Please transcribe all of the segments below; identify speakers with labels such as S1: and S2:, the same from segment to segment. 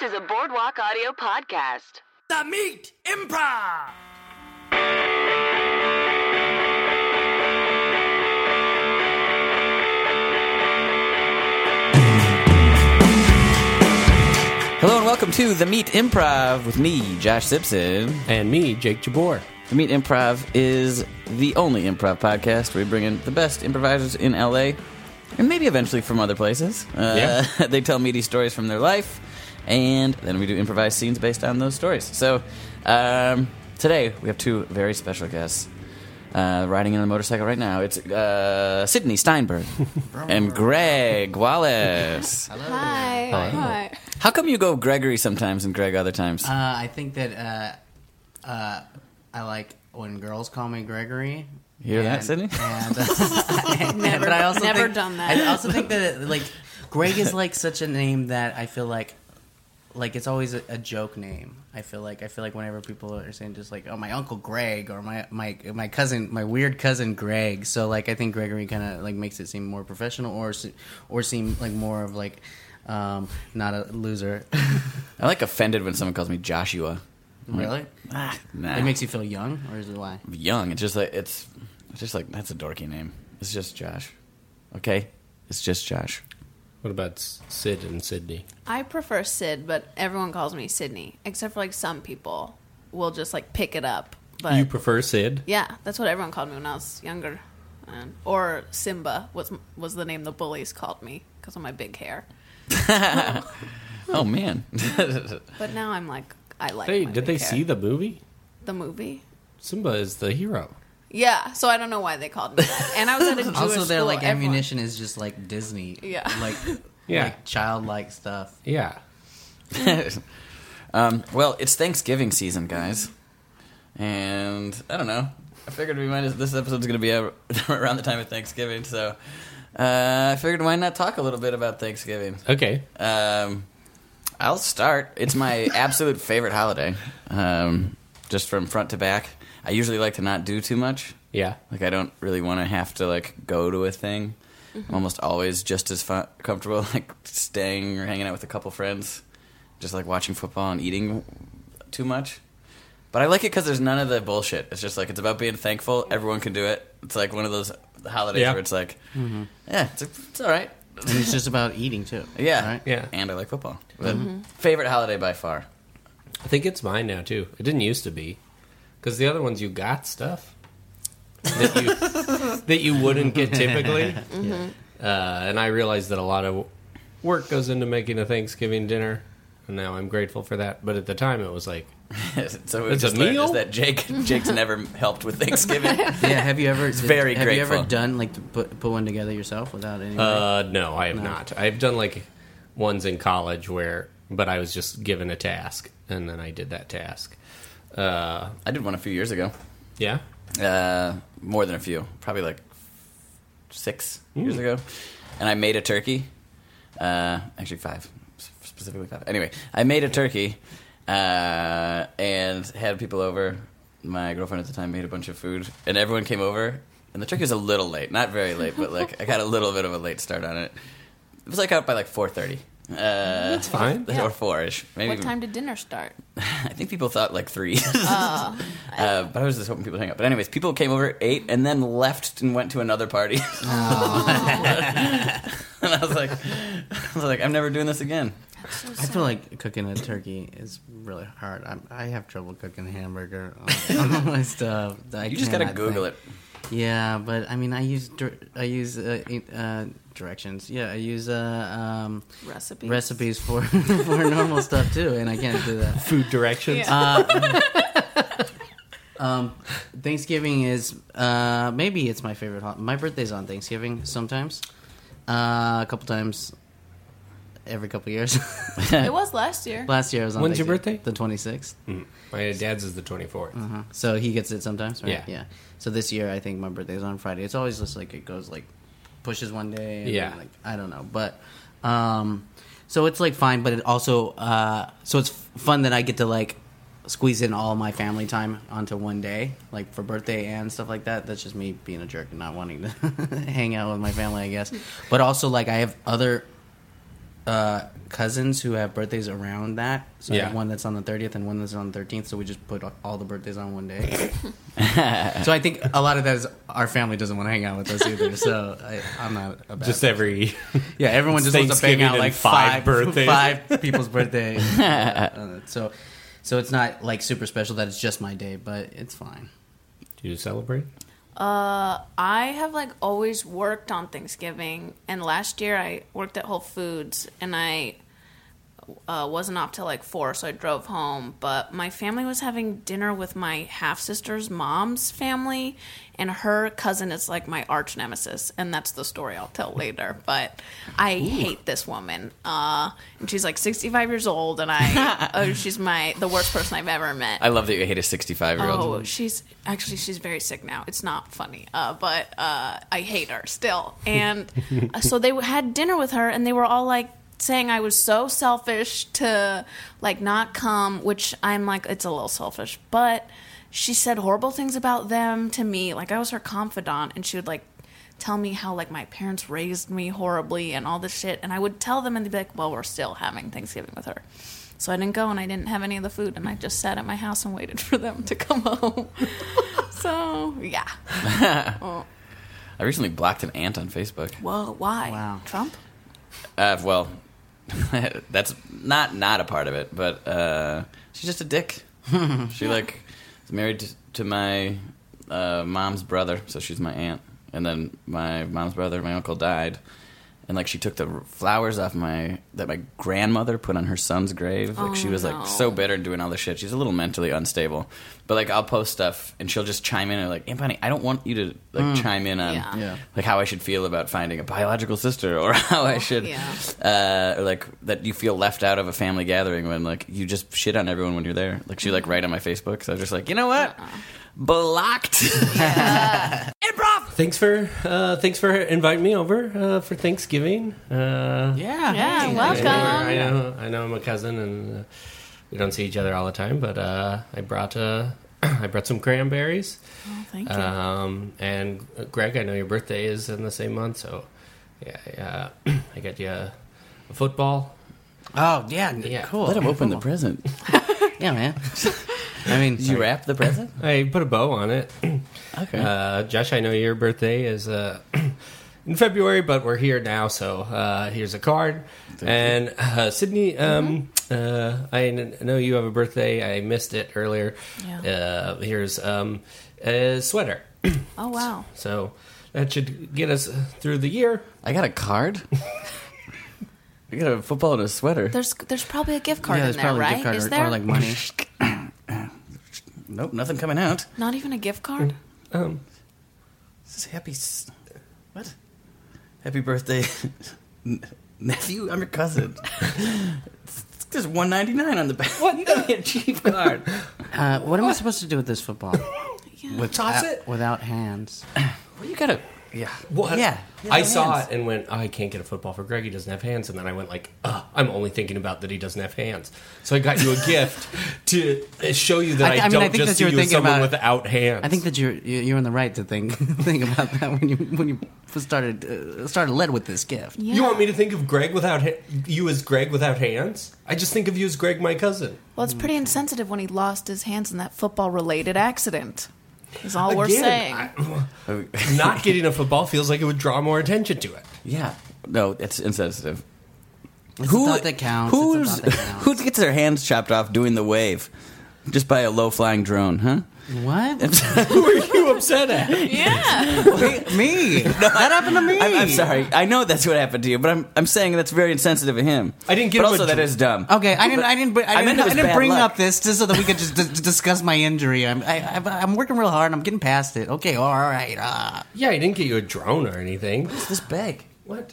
S1: to the Boardwalk Audio Podcast.
S2: The Meat Improv.
S3: Hello and welcome to The Meat Improv with me, Josh Simpson.
S4: And me, Jake Jabor.
S3: The Meat Improv is the only improv podcast where we bring in the best improvisers in LA and maybe eventually from other places. Uh, they tell meaty stories from their life and then we do improvised scenes based on those stories. So um, today we have two very special guests. Uh, riding in a motorcycle right now. It's uh, Sydney Steinberg and Greg Wallace.
S5: Hi. Hi.
S3: How come you go Gregory sometimes and Greg other times?
S6: Uh, I think that uh, uh, I like when girls call me Gregory.
S3: You hear that,
S6: and-
S3: Sydney?
S6: And, and- but I also
S5: never
S6: think-
S5: done that.
S6: I also think that like Greg is like such a name that I feel like like it's always a, a joke name. I feel like I feel like whenever people are saying just like oh my uncle Greg or my my my cousin my weird cousin Greg. So like I think Gregory kind of like makes it seem more professional or se- or seem like more of like um, not a loser.
S3: I like offended when someone calls me Joshua.
S6: really?
S3: Ah, nah.
S6: It makes you feel young, or is it why?
S3: young. It's just like it's, it's just like that's a dorky name. It's just Josh. Okay, it's just Josh.
S4: What about S- Sid and Sydney?
S5: I prefer Sid, but everyone calls me Sydney, except for like some people will just like pick it up. But
S4: you prefer Sid?
S5: yeah, that's what everyone called me when I was younger. And, or Simba was was the name the bullies called me because of my big hair.
S3: Oh man,
S5: But now I'm like, I like.
S4: They,
S5: my
S4: did
S5: big
S4: they
S5: hair.
S4: see the movie?
S5: the movie?
S4: Simba is the hero.
S5: Yeah, so I don't know why they called me. That. And I was at a Jewish
S6: Also, their
S5: school,
S6: like
S5: everyone-
S6: ammunition is just like Disney,
S5: Yeah.
S6: like
S4: Yeah.
S6: like childlike stuff.
S4: Yeah.
S3: um, well, it's Thanksgiving season, guys, and I don't know. I figured we might. As, this episode's going to be out around the time of Thanksgiving, so uh, I figured why not talk a little bit about Thanksgiving.
S4: Okay.
S3: Um, I'll start. It's my absolute favorite holiday, um, just from front to back. I usually like to not do too much.
S4: Yeah.
S3: Like I don't really want to have to like go to a thing. I'm almost always just as fu- comfortable like staying or hanging out with a couple friends, just like watching football and eating too much. But I like it because there's none of the bullshit. It's just like it's about being thankful. Everyone can do it. It's like one of those holidays
S4: Yeah.
S3: where it's like, yeah, it's, it's all right.
S6: And it's just about eating too.
S3: Yeah, Mm-hmm.
S6: right?
S4: Yeah.
S3: And I like football. The Favorite holiday by far.
S4: I think it's mine now, too. It didn't used to be. Because the other ones, you got stuff that you, that you wouldn't get typically. Uh, and I realized that a lot of work goes into making a Thanksgiving dinner. And now I'm grateful for that. But at the time, it was like,
S3: so we
S4: It's
S3: just
S4: a
S3: learned
S4: meal?
S3: is that Jake Jake's never helped with Thanksgiving.
S6: yeah. Have you ever?
S3: very
S6: Have you ever
S3: grateful.
S6: done like to put put one together yourself without any?
S4: Uh, no, I have not. I've done like ones in college where, but I was just given a task and then I did that task. Uh,
S3: I did one a few years ago.
S4: yeah,
S3: Uh, more than a few, probably like six years ago, and I made a turkey. Uh, actually, five s- specifically five. Anyway, I made a turkey uh, and had people over. My girlfriend at the time made a bunch of food, and everyone came over. And the turkey was a little late, not very late, but like I got a little bit of a late start on it. It was like out by like four thirty. Uh,
S4: it's fine.
S5: Yeah.
S3: or four ish. Maybe
S5: What time did dinner start?
S3: I think people thought like three. uh, but I was just hoping people hang up. But anyways, people came over ate and then left and went to another party. and I was like, I was like, I'm never doing this again.
S6: I feel like cooking a turkey is really hard. I'm, I have trouble cooking a hamburger on, on all my stuff. I
S3: You just gotta
S6: cannot
S3: Google
S6: think. Yeah, but I mean, I use dir- I use uh, in- uh, directions. Yeah, I use uh, um,
S5: Recipes.
S6: recipes for for normal stuff too, and I can't do that. Uh,
S4: Food directions.
S5: Yeah.
S6: um, Thanksgiving is uh, maybe it's my favorite. Hol- my birthday's on Thanksgiving sometimes, uh, a couple times every couple years.
S5: It was last year.
S6: Last year I was on.
S4: When's your
S6: Thanksgiving,
S4: birthday?
S6: The twenty sixth.
S4: Hmm. My dad's is the twenty fourth.
S6: Mm-hmm. So he gets it sometimes, right?
S4: Mm-hmm. Yeah.
S6: So this year I think my birthday's on Friday. It's always just like it goes like pushes one day. And
S4: Yeah.
S6: then, Like I don't know, but um, so it's like fine, but it also uh, so it's f- fun that I get to like squeeze in all my family time onto one day, like for birthday and stuff like that. That's just me being a
S4: Hmm.
S6: jerk and not wanting to hang out with my family, I guess. But also like I have other uh, cousins who have birthdays around that. So I
S4: Yeah.
S6: have one that's on the 30th and one that's on the 13th. So we just put all the birthdays on one day. so I think a lot of that is our family doesn't want to hang out with us either. So I, I'm not a bad
S4: Just every
S6: yeah, everyone just wants to bang
S4: Thanksgiving
S6: out
S4: and
S6: like
S4: five
S6: five
S4: birthdays.
S6: five people's birthday. Uh, so, so it's not like super special that it's just my day, but it's fine.
S4: do you celebrate?
S5: I have like always worked on Thanksgiving, and last year I worked at Whole Foods, and I uh, wasn't up till like four, so I drove home. But my family was having dinner with my half sister's mom's family, and her cousin is like my arch nemesis, and that's the story I'll tell later. But I hate this woman, uh, and she's like sixty five years old, and I oh she's my the worst person I've ever met.
S3: I love that you hate a 65 year
S5: Oh,
S3: old.
S5: she's actually she's very sick now. It's not funny, uh, but uh, I hate her still. And uh, so they had dinner with her, and they were all like saying I was so selfish to like not come, which I'm like it's a little selfish, but she said horrible things about them to me. Like I was her confidant, and she would like tell me how like my parents raised me horribly and all this shit, and I would tell them, and they'd be like, "Well, we're still having Thanksgiving with her." So I didn't go and I didn't have any of the food and I just sat at my house and waited for them to come home. so yeah.
S3: I recently blocked an aunt on Facebook.
S5: Well, why?
S6: Wow.
S5: Trump?
S3: Uh, well, that's not not a part of it, but uh, she's just a dick. she like is married to, to my uh, mom's brother, so she's my aunt. And then my mom's brother, my uncle died, and like she took the flowers off my that my grandmother put on her son's grave. Like she
S5: Oh,
S3: was
S5: no.
S3: like so bitter and doing all this shit. She's a little mentally unstable, but like I'll post stuff and she'll just chime in and like, Aunt Bonnie, I don't want you to like chime in on
S5: Mm. Yeah.
S6: Yeah.
S3: like how I should feel about finding a biological sister, or how
S5: Oh,
S3: I should,
S5: yeah.
S3: uh, or like that you feel left out of a family gathering when like you just shit on everyone when you're there. Like she like right on my Facebook, so I was just like, you know what, blocked.
S4: Thanks for uh, thanks for inviting me over uh, for Thanksgiving. Uh,
S6: Yeah.
S5: Yeah, welcome.
S4: I know, I know, I'm a cousin, and uh, we don't see each other all the time. But uh, I brought uh, I brought some cranberries,
S5: Oh, thank you.
S4: um, and Greg, I know your birthday is in the same month, so yeah, I, uh, I got you a football.
S6: Oh yeah,
S4: Yeah.
S6: cool.
S3: Let him open the present.
S6: Yeah, man. I mean,
S3: Did you wrap the present?
S4: I put a bow on it.
S3: Okay.
S4: Uh, Josh, I know your birthday is uh, in February, but we're here now, so uh, here's a card. and uh, Sydney, um,
S3: Mm-hmm.
S4: uh, I kn- know you have a birthday. I missed it earlier.
S5: Yeah.
S4: Uh, here's um, a sweater.
S5: oh wow.
S4: so that should get us through the year.
S3: I got a card. I got a football and a sweater.
S5: There's there's probably a gift card
S6: yeah,
S5: in
S6: there's
S5: there,
S6: probably a
S5: right?
S6: gift card
S5: Is
S6: or,
S5: there
S6: or like money.
S3: Nope, nothing coming out.
S5: not even a
S6: Mm.
S5: gift card?
S4: Um,
S3: This is happy. s- What? Happy birthday, n- nephew. I'm your cousin. It's just one ninety nine on the back. What? You got me a cheap card.
S6: Uh, what am I supposed to do with this football?
S3: With toss it.
S6: Without hands.
S3: Well, you gotta. Yeah.
S4: what?
S3: Yeah. Yeah,
S4: I
S3: no
S4: saw
S3: hands.
S4: it and went, oh, I can't get a football for Greg. He doesn't have hands. And then I went like, Ugh, I'm only thinking about that he doesn't have hands. So I got you a gift to uh, show you that I,
S6: I th- I mean,
S4: don't
S6: I think
S4: just
S6: that you
S4: see you
S6: were
S4: as
S6: thinking
S4: someone
S6: about-
S4: without hands.
S6: I think that you're you- you're in the right to think think about that when you when you started uh, started led with this gift.
S5: Yeah.
S4: You want me to think of Greg without ha- you as Greg without hands? I just think of you as Greg, my cousin.
S5: Well, it's pretty insensitive when he lost his hands in that football related accident. Is all we're
S4: Again,
S5: saying.
S4: I- not getting a football feels like it would draw more attention to it.
S3: Yeah. No, it's insensitive.
S6: It's a thought that counts. It's a
S3: Who's,
S6: thought that counts.
S3: who gets their hands chopped off doing the wave? Just by a low flying drone, huh?
S6: What?
S3: who are you upset at?
S5: yeah.
S6: me. that happened to me.
S3: I'm, I'm sorry. I know that's what happened to you, but I'm I'm saying that's very insensitive of him.
S4: I didn't give
S3: But
S4: him a
S3: also, that
S4: dr-
S3: is dumb.
S6: Okay, I didn't. I didn't. br-
S3: I
S6: I
S3: meant
S6: didn't,
S3: it
S6: I
S3: was
S6: didn't
S3: bad
S6: bring
S3: luck.
S6: up this just so that we could just d- discuss my injury. I'm. I, I, I'm working real hard. I'm getting past it. Okay. All right. Uh,
S4: Yeah, I didn't get you a drone or anything.
S3: This bag.
S4: What?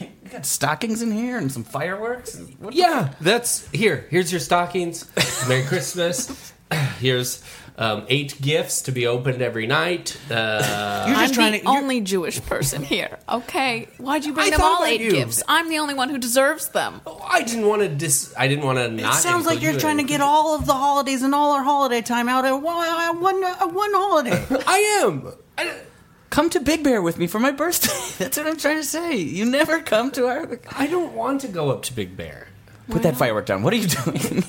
S3: You got stockings in here and some fireworks. and what-
S4: Yeah, that's here. Here's your stockings. Merry Christmas. Here's um, eight gifts to be opened every night. Uh,
S6: you're
S5: I'm
S6: just trying
S5: the
S6: to. you're-
S5: only Jewish person here. Okay. Why'd you bring
S4: I
S5: them
S4: thought
S5: all
S4: about
S5: eight
S4: you.
S5: gifts? I'm the only one who deserves them.
S3: Oh.
S4: I didn't want to dis. I didn't want to
S6: it
S4: not.
S6: sounds like
S4: include
S6: you're
S4: you
S6: trying to
S4: in-
S6: get all of the holidays and all our holiday time out at one, at one, at one holiday.
S4: I am. I,
S3: Come to Big Bear with me for my birthday. That's what I'm trying to say. You never come to our.
S4: I don't want to go up to Big Bear.
S3: Put that firework down. What are you doing?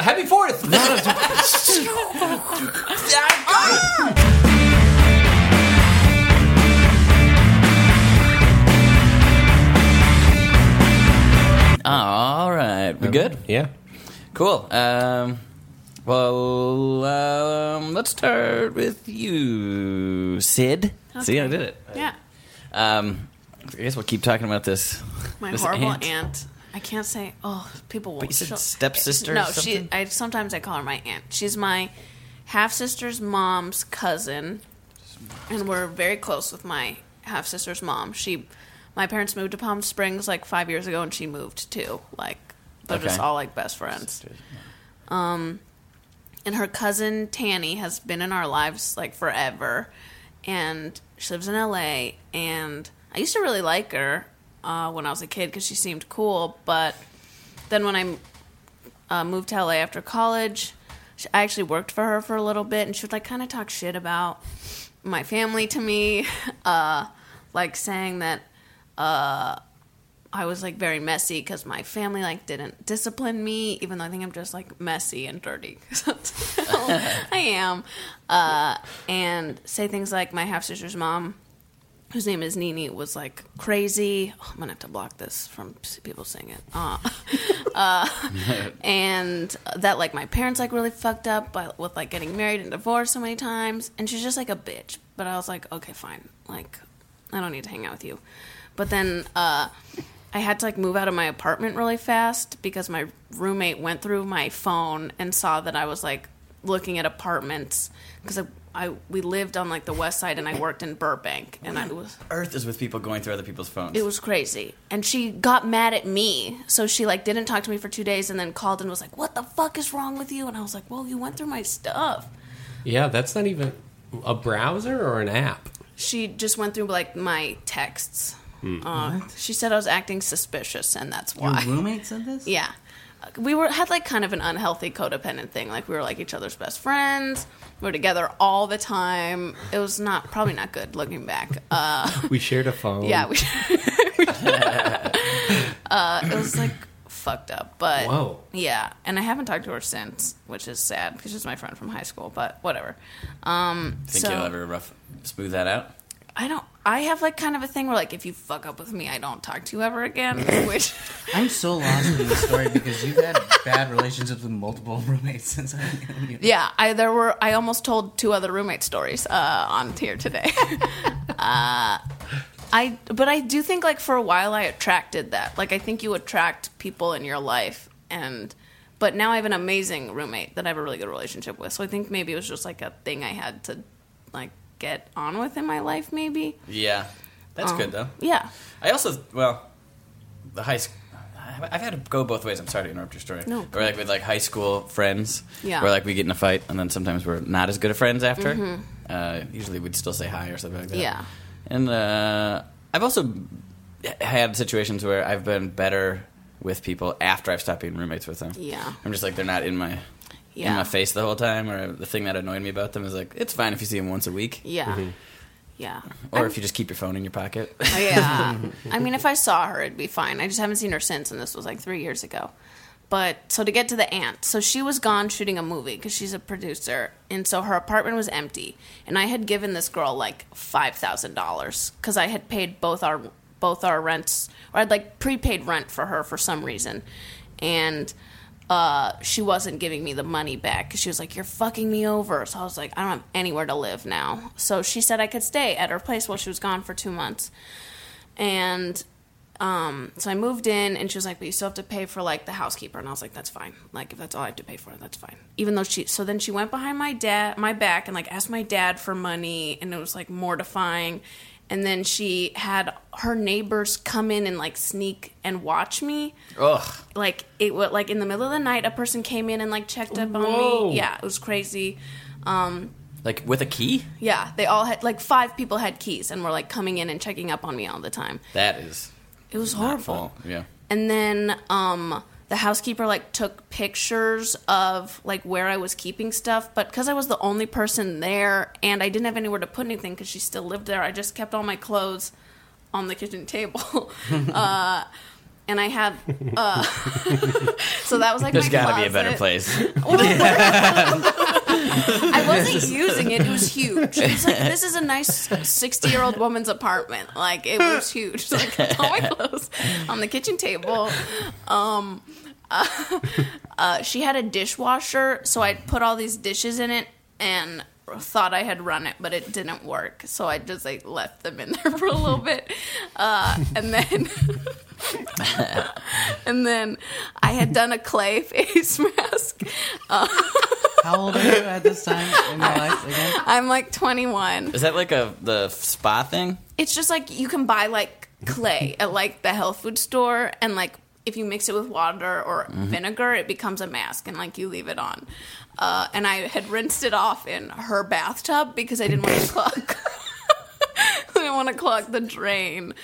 S4: Happy Fourth.
S3: Ah, All right. We good?
S4: yeah.
S3: Cool. Um, well, um, let's start with you, Sid. See, I did it.
S5: Yeah.
S3: Um, I guess we'll keep talking about this.
S5: My
S3: this
S5: horrible aunt.
S3: ant.
S5: I can't say. Oh, people will.
S3: you said
S5: she'll-
S3: stepsister or
S5: No,
S3: something?
S5: she. I sometimes I call her my aunt. She's my half sister's mom's cousin, and we're very close with my half sister's mom. She, my parents moved to Palm Springs like five years ago, and she moved too. Like they're just
S3: Okay.
S5: all like best friends. and her cousin Tanny has been in our lives like forever, and she lives in L.A. And I used to really like her uh, when I was a kid because she seemed cool, but then when I uh, moved to LA after college, she, I actually worked for her for a little bit, and she would like kind of talk shit about my family to me, uh, like saying that I was like very messy because my family like didn't discipline me, even though I think I'm just like messy and dirty. I am, uh, and say things like my half sister's mom, whose name is Nini, was like crazy. Oh, I'm gonna have to block this from people saying it. Uh, uh, and that like my parents like really fucked up by, with like getting married and divorced so many times, and she's just like a bitch. But I was like, okay, fine, like I don't need to hang out with you. But then. uh I had to like move out of my apartment really fast because my roommate went through my phone and saw that I was like looking at apartments because I, I we lived on like the west side and I worked in Burbank and I was
S3: Earth is with people going through other people's phones.
S5: it was crazy. And she got mad at me. So she like didn't talk to me for 2 days and then called and was like, "What the fuck is wrong with you?" And I was like, "Well, you went through my stuff."
S4: Yeah, that's not even a browser or an app.
S5: She just went through like my texts. Uh, she said I was acting suspicious and that's
S6: Your
S5: why.
S6: roommate said this?
S5: Yeah. We were had like kind of an unhealthy codependent thing. Like we were like each other's best friends. We were together all the time. It was not probably not good looking back. Uh,
S4: We shared a phone.
S5: yeah, we. uh, it was like fucked up, but
S4: Whoa.
S5: yeah. And I haven't talked to her since, which is sad because she's my friend from high school. But whatever. Um,
S3: Think
S5: so
S3: you'll ever rough smooth that out?
S5: I don't. I have like kind of a thing where like if you fuck up with me, I don't talk to you ever again. Which
S6: I'm so lost in this story because you've had bad relationships with multiple roommates since I knew you.
S5: Yeah, I there were I almost told two other roommate stories uh, on here today. uh, I but I do think like for a while I attracted that. Like I think you attract people in your life and but now I have an amazing roommate that I have a really good relationship with. So I think maybe it was just like a thing I had to like get on with in my life maybe.
S3: Yeah,
S5: Oh.
S3: that's good though.
S5: Yeah.
S3: I also well, the high school. I've had to go both ways. I'm sorry to interrupt your story.
S5: No.
S3: Or like with like high school friends.
S5: Yeah. Mm-hmm.
S3: Where like we get in a fight and then sometimes we're not as good of friends after. Uh, usually we'd still say hi or something like that.
S5: Yeah.
S3: And uh, I've also had situations where I've been better with people after I've stopped being roommates with them.
S5: Yeah.
S3: I'm just like they're not in my
S5: Yeah.
S3: in my face the whole time. Or the thing that annoyed me about them is like it's fine if you see them once a week.
S5: Yeah. Yeah.
S3: Or if you just keep your phone in your pocket.
S5: Yeah. I mean, if I saw her, it'd be fine. I just haven't seen her since, and this was like three years ago. But so to get to the aunt, so she was gone shooting a movie because she's a producer, and so her apartment was empty. And I had given this girl like five thousand dollars because I had paid both our both our rents, or I'd like prepaid rent for her for some reason, and uh, she wasn't giving me the money back because she was like, "You're fucking me over." So I was like, "I don't have anywhere to live now." So she said I could stay at her place while she was gone for two months, and um, so I moved in, and she was like, "But you still have to pay for like the housekeeper," and I was like, "That's fine. Like if that's all I have to pay for, that's fine." Even though she, so then she went behind my dad, my back, and like asked my dad for money, and it was like mortifying. And then she had her neighbors come in and like sneak and watch me
S3: Ugh.
S5: like it was like in the middle of the night a person came in and like checked up on
S4: Whoa.
S5: me yeah it was crazy
S3: Like with a key?
S5: yeah they all had like five people had keys and were like coming in and checking up on me all the time
S3: That is
S5: it was
S3: not
S5: horrible
S3: fun. Yeah.
S5: and then um the housekeeper like took pictures of like where I was keeping stuff, but because I was the only person there and I didn't have anywhere to put anything because she still lived there, I just kept all my clothes on the kitchen table. uh, and I have, uh, so that was like
S3: There's
S5: my
S3: got to be a better
S5: closet.
S3: place.
S5: I wasn't using it. It was huge. It was like, this is a nice 60 year old woman's apartment. Like, it was huge. Like, all my clothes on the kitchen table. Um, uh, uh, she had a dishwasher, so I put all these dishes in it and thought I had run it, but it didn't work. So I just like left them in there for a little bit. Uh, and then. and then I had done a clay face mask.
S6: How old are you at this time in your life again?
S5: I'm like 21.
S3: Is that like a the spa thing?
S5: it's just like you can buy like clay at like the health food store and like if you mix it with water or vinegar it becomes a mask and like you leave it on uh, and i had rinsed it off in her bathtub because i didn't want to clog i didn't want to clog the drain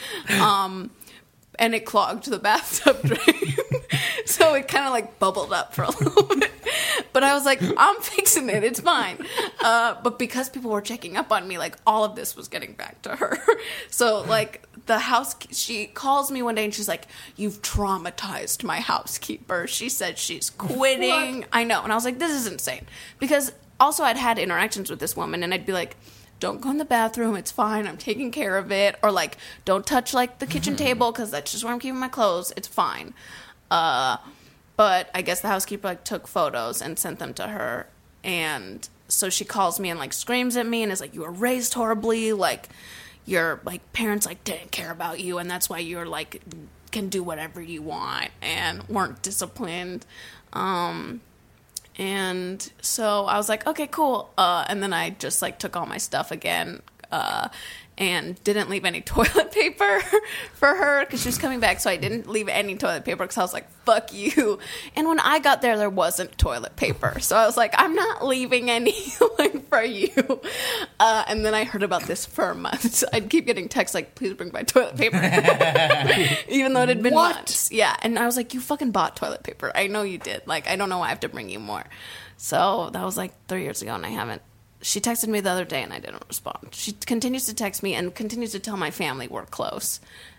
S5: um, and it clogged the bathtub drain so it kind of like bubbled up for a little bit but i was like i'm fixing it it's fine uh, but because people were checking up on me like all of this was getting back to her so like the house she calls me one day and she's like you've traumatized my housekeeper she said she's quitting i know and i was like this is insane because also i'd had interactions with this woman and i'd be like don't go in the bathroom. It's fine. I'm taking care of it. Or like, don't touch like the kitchen table because that's just where I'm keeping my clothes. It's fine. Uh, but I guess the housekeeper like took photos and sent them to her, and so she calls me and like screams at me and is like, "You were raised horribly. Like, your like parents like didn't care about you, and that's why you're like can do whatever you want and weren't disciplined." Um, and so I was like, okay, cool. Uh, and then I just like took all my stuff again uh, and didn't leave any toilet paper for her because she was coming back. So I didn't leave any toilet paper because I was like, fuck you. And when I got there, there wasn't toilet paper. So I was like, I'm not leaving any like, for you. Uh, and then I heard about this for months. I'd keep getting texts like, please bring my toilet paper. even though it had been months. Yeah, and I was like, "You fucking bought toilet paper. I know you did. Like, I don't know why I have to bring you more." So that was like three years ago, and I haven't. She texted me the other day, and I didn't respond. She continues to text me and continues to tell my family we're close,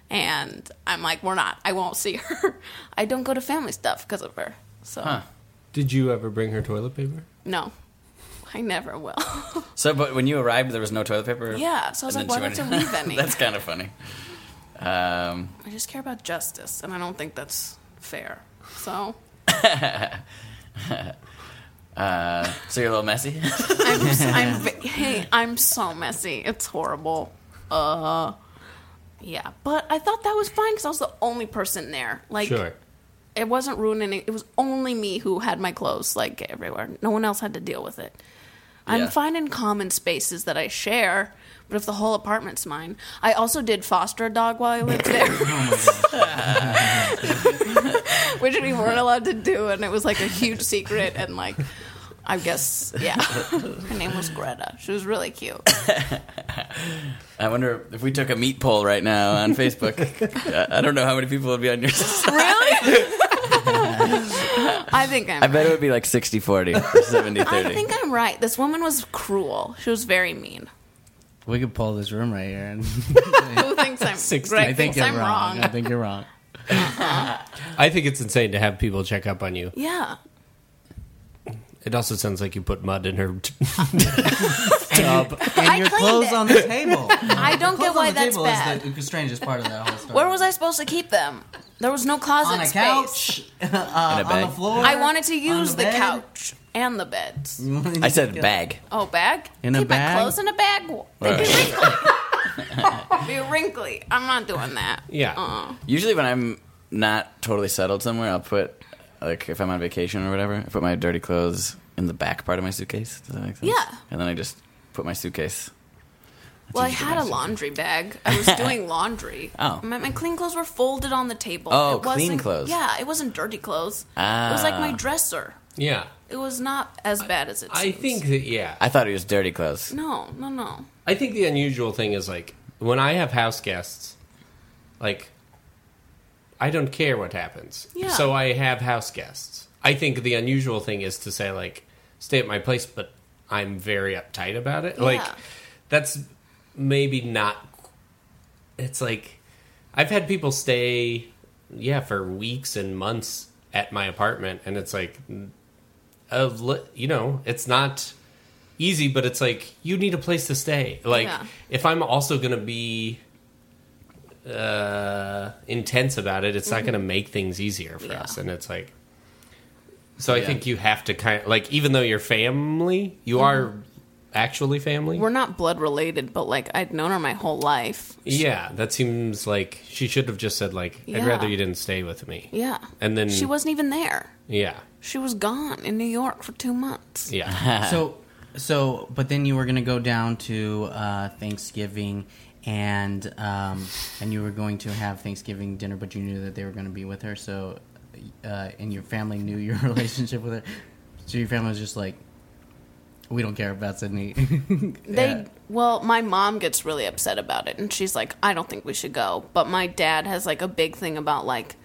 S5: and I'm like, "We're not. I won't see her. I don't go to family stuff because of her." So
S4: Did you ever bring her toilet paper?
S5: no. I never will.
S3: So, but when you arrived, there was no toilet paper.
S5: yeah, so I was
S3: And
S5: like, why
S3: then
S5: would
S3: she
S5: to
S3: went-
S5: leave any?
S3: That's kind of funny. Um,
S5: I just care about justice, and I don't think that's fair. So
S3: so you're a little messy.
S5: I'm, I'm ve- hey, I'm so messy. It's horrible. Uh, yeah. But I thought that was fine because I was the only person there. Like,
S4: Sure.
S5: it wasn't ruining. It It was only me who had my clothes like everywhere. No one else had to deal with it.
S3: Yeah.
S5: I'm fine in common spaces that I share, but if the whole apartment's mine, I also did foster a dog while I lived there. Which we weren't allowed to do, and it was like a huge secret. And like, I guess, yeah, her name was Greta. She was really cute.
S3: I wonder if we took a meat poll right now on Facebook. uh, I don't know how many people would be on your.
S5: Really? I think I'm.
S3: I bet it would be like 60-40 or 70-30.
S5: I think I'm right. This woman was cruel. She was very mean.
S6: We could pull this room right here, and
S5: Who thinks I'm Greg
S6: I think
S5: thinks
S6: you're
S5: I'm wrong.
S6: wrong. I think you're wrong.
S4: I think it's insane to have people check up on you.
S5: Yeah.
S4: It also sounds like you put mud in her.
S6: Tub and
S5: I
S6: your
S5: cleaned
S6: clothes
S5: it.
S6: on the table.
S5: I don't get why that's bad.
S6: the strangest part of that whole story.
S5: Where was I supposed to keep them? There was no closet
S6: on a
S5: space.
S6: couch, uh, on the
S3: bag.
S6: floor.
S5: I wanted to use the,
S6: bed?
S5: couch and the beds.
S3: I said bag.
S5: Oh, bag?
S6: Mm. In a
S5: keep
S6: bag?
S5: my clothes in a bag? They'd be wrinkly. be wrinkly. I'm not doing that.
S4: yeah.
S3: Usually when I'm not totally settled somewhere, I'll put like if I'm on vacation or whatever, I put my dirty clothes in the back part of my suitcase. Does that make sense?
S5: Yeah.
S3: And then I just put my suitcase.
S5: Well, I had a laundry bag. I was doing laundry.
S3: Oh.
S5: My, my clean clothes were folded on the table.
S3: Oh,
S5: It wasn't-
S3: clean clothes.
S5: Yeah, it wasn't dirty clothes. It
S3: Ah.
S5: was like my dresser.
S4: Yeah.
S5: It was not as bad as it
S4: I
S5: seems.
S4: think that, yeah.
S3: I thought it was dirty clothes.
S5: No, no, no.
S4: I think the unusual thing is like when I have house guests, like I don't care what happens.
S5: Yeah.
S4: So I have house guests. I think the unusual thing is to say like stay at my place but I'm very uptight about it. Like
S5: Yeah.
S4: that's maybe not it's like I've had people stay yeah for weeks and months at my apartment and it's like of li- you know, it's not easy, but it's like you need a place to stay. Like
S5: Yeah.
S4: if I'm also gonna be uh, intense about it, it's not gonna make things easier for
S5: Mm-hmm. Yeah.
S4: us. And it's like, so I think you have to kind of like, even though you're family, you are actually family.
S5: Mm-hmm. We're not blood related, but like I'd known her my whole life.
S4: yeah, that seems like she should have just said like,
S5: Yeah.
S4: I'd rather you didn't stay with me.
S5: Yeah.
S4: And then
S5: she wasn't even there.
S4: Yeah,
S5: She was gone in New York for two months.
S4: yeah.
S6: so so but then you were gonna go down to uh, Thanksgiving and um, and you were going to have Thanksgiving dinner, but you knew that they were gonna be with her. So uh, and your family knew your relationship with her. So your family was just like, we don't care about Sydney.
S5: They
S6: Yeah.
S5: well, my mom gets really upset about it and she's like, I don't think we should go. But my dad has like a big thing about like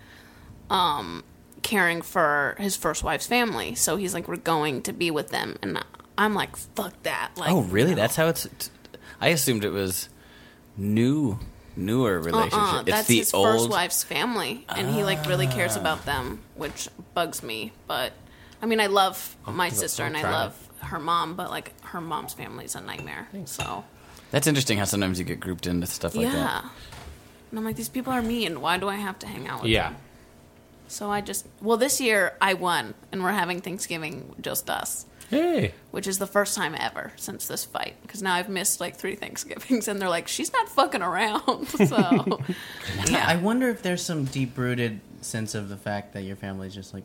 S5: um caring for his first wife's family. So he's like, We're going to be with them and I'm like, fuck that. Like
S3: Oh, really? That's how it's. T- I assumed it was new, newer relationship.
S5: uh-uh,
S3: it's
S5: that's
S3: the
S5: his
S3: old. Ah.
S5: first wife's family, and he like really cares about them, which bugs me. But I mean, I love my sister and I
S4: try it.
S5: love her mom, but like her mom's family's a nightmare. So
S3: That's interesting how sometimes you get grouped into stuff like that.
S5: yeah, and I'm like, these people are mean. Why do I have to hang out with
S4: yeah.
S5: them? So I just well, this year I won, and we're having Thanksgiving just us.
S4: Hey.
S5: Which is the first time ever since this fight, because now I've missed like three Thanksgivings, and they're like, "She's not fucking around." So, yeah,
S6: I wonder if there's some deep rooted sense of the fact that your family's just like,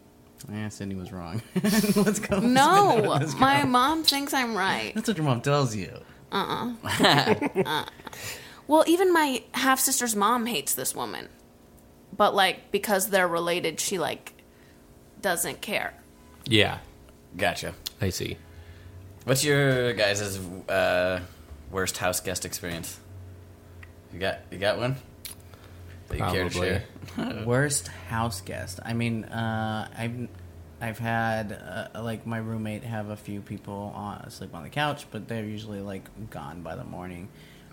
S6: eh, Sydney was wrong. Let's go.
S5: No, my mom thinks I'm right.
S6: That's what your mom tells you.
S5: Well, even my half sister's mom hates this woman, but like because they're related, she like doesn't care.
S4: Yeah.
S3: Gotcha.
S4: I see.
S3: What's your guys' uh, worst house guest experience? You got you got one that you care to
S4: Probably.
S3: share?
S6: Worst house guest. I mean, uh, I've I've had uh, like my roommate have a few people on, sleep on the couch, but they're usually like gone by the morning.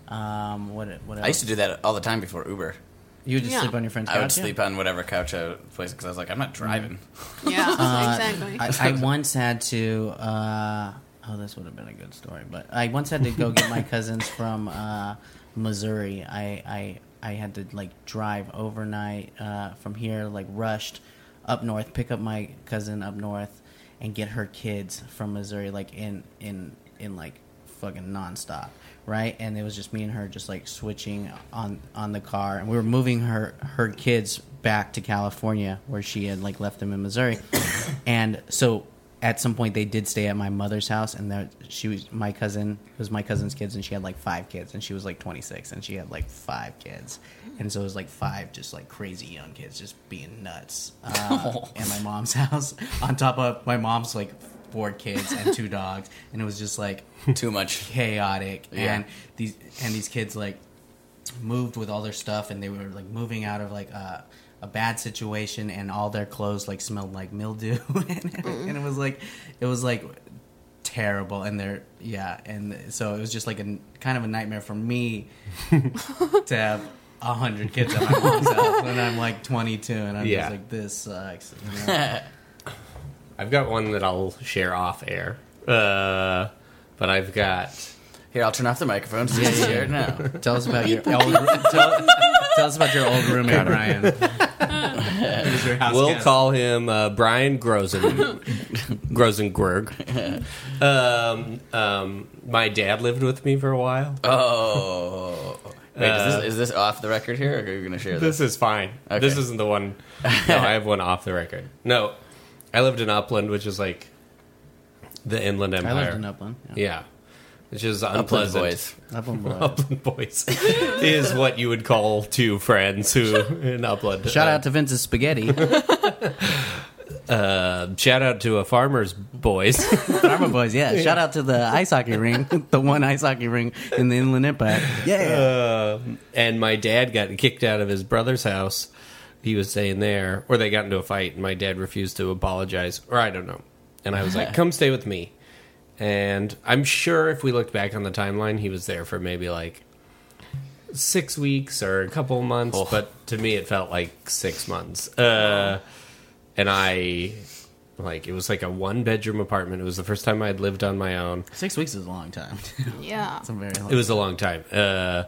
S6: Um, what what else?
S3: I used to do that all the time before Uber.
S6: You would just
S5: Yeah.
S6: sleep on your friend's couch.
S3: I would
S6: yeah?
S3: sleep on whatever couch I placed because I was like, I'm not driving.
S5: Yeah,
S3: Uh,
S5: exactly.
S6: I, I once had to. Uh, oh, this would have been a good story, but I once had to go get my cousins from uh, Missouri. I, I I had to like drive overnight uh, from here, like rushed up north, pick up my cousin up north, and get her kids from Missouri, like in in in like fucking nonstop, right? And it was just me and her just like switching on on the car, and we were moving her her kids back to California where she had like left them in Missouri, and so at some point they did stay at my mother's house, and there, she was my cousin it was my cousin's kids, and she had like five kids, and she was like twenty six, and she had like five kids, and so it was like five just like crazy young kids just being nuts uh, at my mom's house on top of my mom's like four kids and two dogs, and it was just like
S3: Too much.
S6: chaotic
S3: Yeah.
S6: and these and these kids like moved with all their stuff and they were like moving out of like a a bad situation and all their clothes like smelled like mildew and, and it was like it was like terrible and they're yeah and so it was just like a kind of a nightmare for me to have a hundred kids at my mom's house and I'm like 22 and I'm
S4: Yeah.
S6: just like this sucks you know?
S4: I've got one that I'll share off air. Uh, but I've got
S3: Here, I'll turn off the microphone. So you can hear it now.
S6: tell us about your old roo- tell, tell us about your old roommate Brian Who's your house
S4: We'll
S6: guest?
S4: call him uh, Brian Grosen. Grosengurg. Um, um, my dad lived with me for a while.
S3: Oh. Wait, is, this, is this off the record here, or are you going to share this?
S4: This is fine.
S3: Okay.
S4: This isn't the one. No, I have one off the record. No, I lived in Upland, which is like the Inland Empire.
S6: I lived in Upland. Yeah.
S4: Yeah, which is
S3: Upland
S4: unpleasant.
S3: Boys.
S6: Upland boy.
S4: Upland boys is what you would call two friends who in Upland.
S6: Shout
S4: Uh,
S6: out to Vince's Spaghetti.
S4: uh, shout out to a farmer's boys.
S6: Farmer Boys, yeah. Shout out to the ice hockey ring, the one ice hockey ring in the Inland Empire. Yeah.
S4: Um, and my dad got kicked out of his brother's house he was saying there, or they got into a fight, and my dad refused to apologize, or I don't know. And I was like, come stay with me. And I'm sure if we looked back on the timeline, he was there for maybe like six weeks or a couple months, but to me, it felt like six months. Uh, and I, like, it was like a one bedroom apartment. It was the first time I'd lived on my own.
S6: Six weeks is a long time.
S5: Yeah.
S6: it's a very long.
S4: It was a long time. Uh,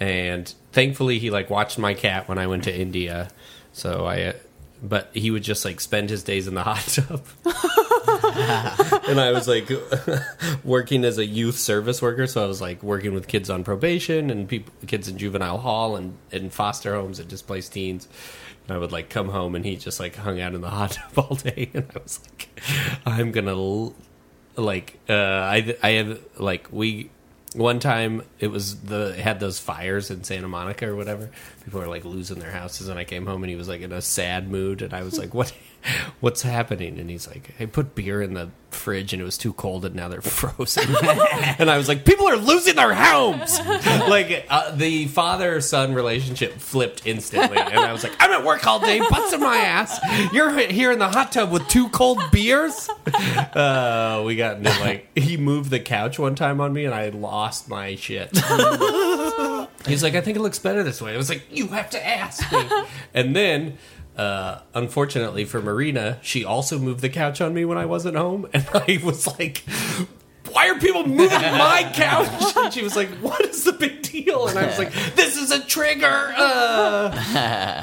S4: and thankfully, he like watched my cat when I went to India. So I, uh, but he would just like spend his days in the hot tub. and I was like working as a youth service worker, so I was like working with kids on probation and people, kids in juvenile hall and in foster homes and displaced teens. And I would like come home, and he just like hung out in the hot tub all day, and I was like, I'm gonna l- like uh i i had like we one time it was the it had those fires in santa monica or whatever people were like losing their houses and i came home and he was like in a sad mood and i was like what what's happening and he's like i put beer in the fridge and it was too cold and now they're frozen and i was like people are losing their homes like uh, the father son relationship flipped instantly and i was like i'm at work all day busting my ass you're here in the hot tub with two cold beers uh, we got into like he moved the couch one time on me, and I lost my shit. He's like, I think it looks better this way. I was like, you have to ask me. and then, uh, unfortunately for Marina, she also moved the couch on me when I wasn't home, and I was like. Why are people moving my couch? And she was like, "What is the big deal?" And I was like, "This is a trigger." Uh.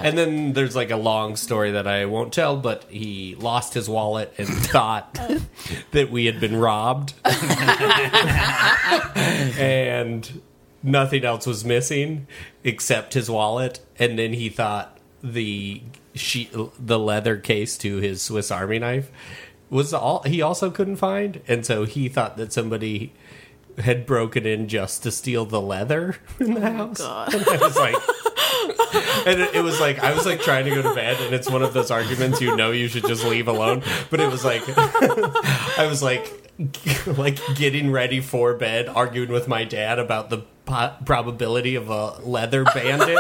S4: And then there's like a long story that I won't tell, but he lost his wallet and thought that we had been robbed. and nothing else was missing except his wallet. And then he thought the she, the leather case to his Swiss Army knife was all he also couldn't find. And so he thought that somebody had broken in just to steal the leather in the house. And I was like and it, it was like I was like trying to go to bed, and it's one of those arguments you know you should just leave alone. But it was like I was like like getting ready for bed, arguing with my dad about the po- probability of a leather bandit.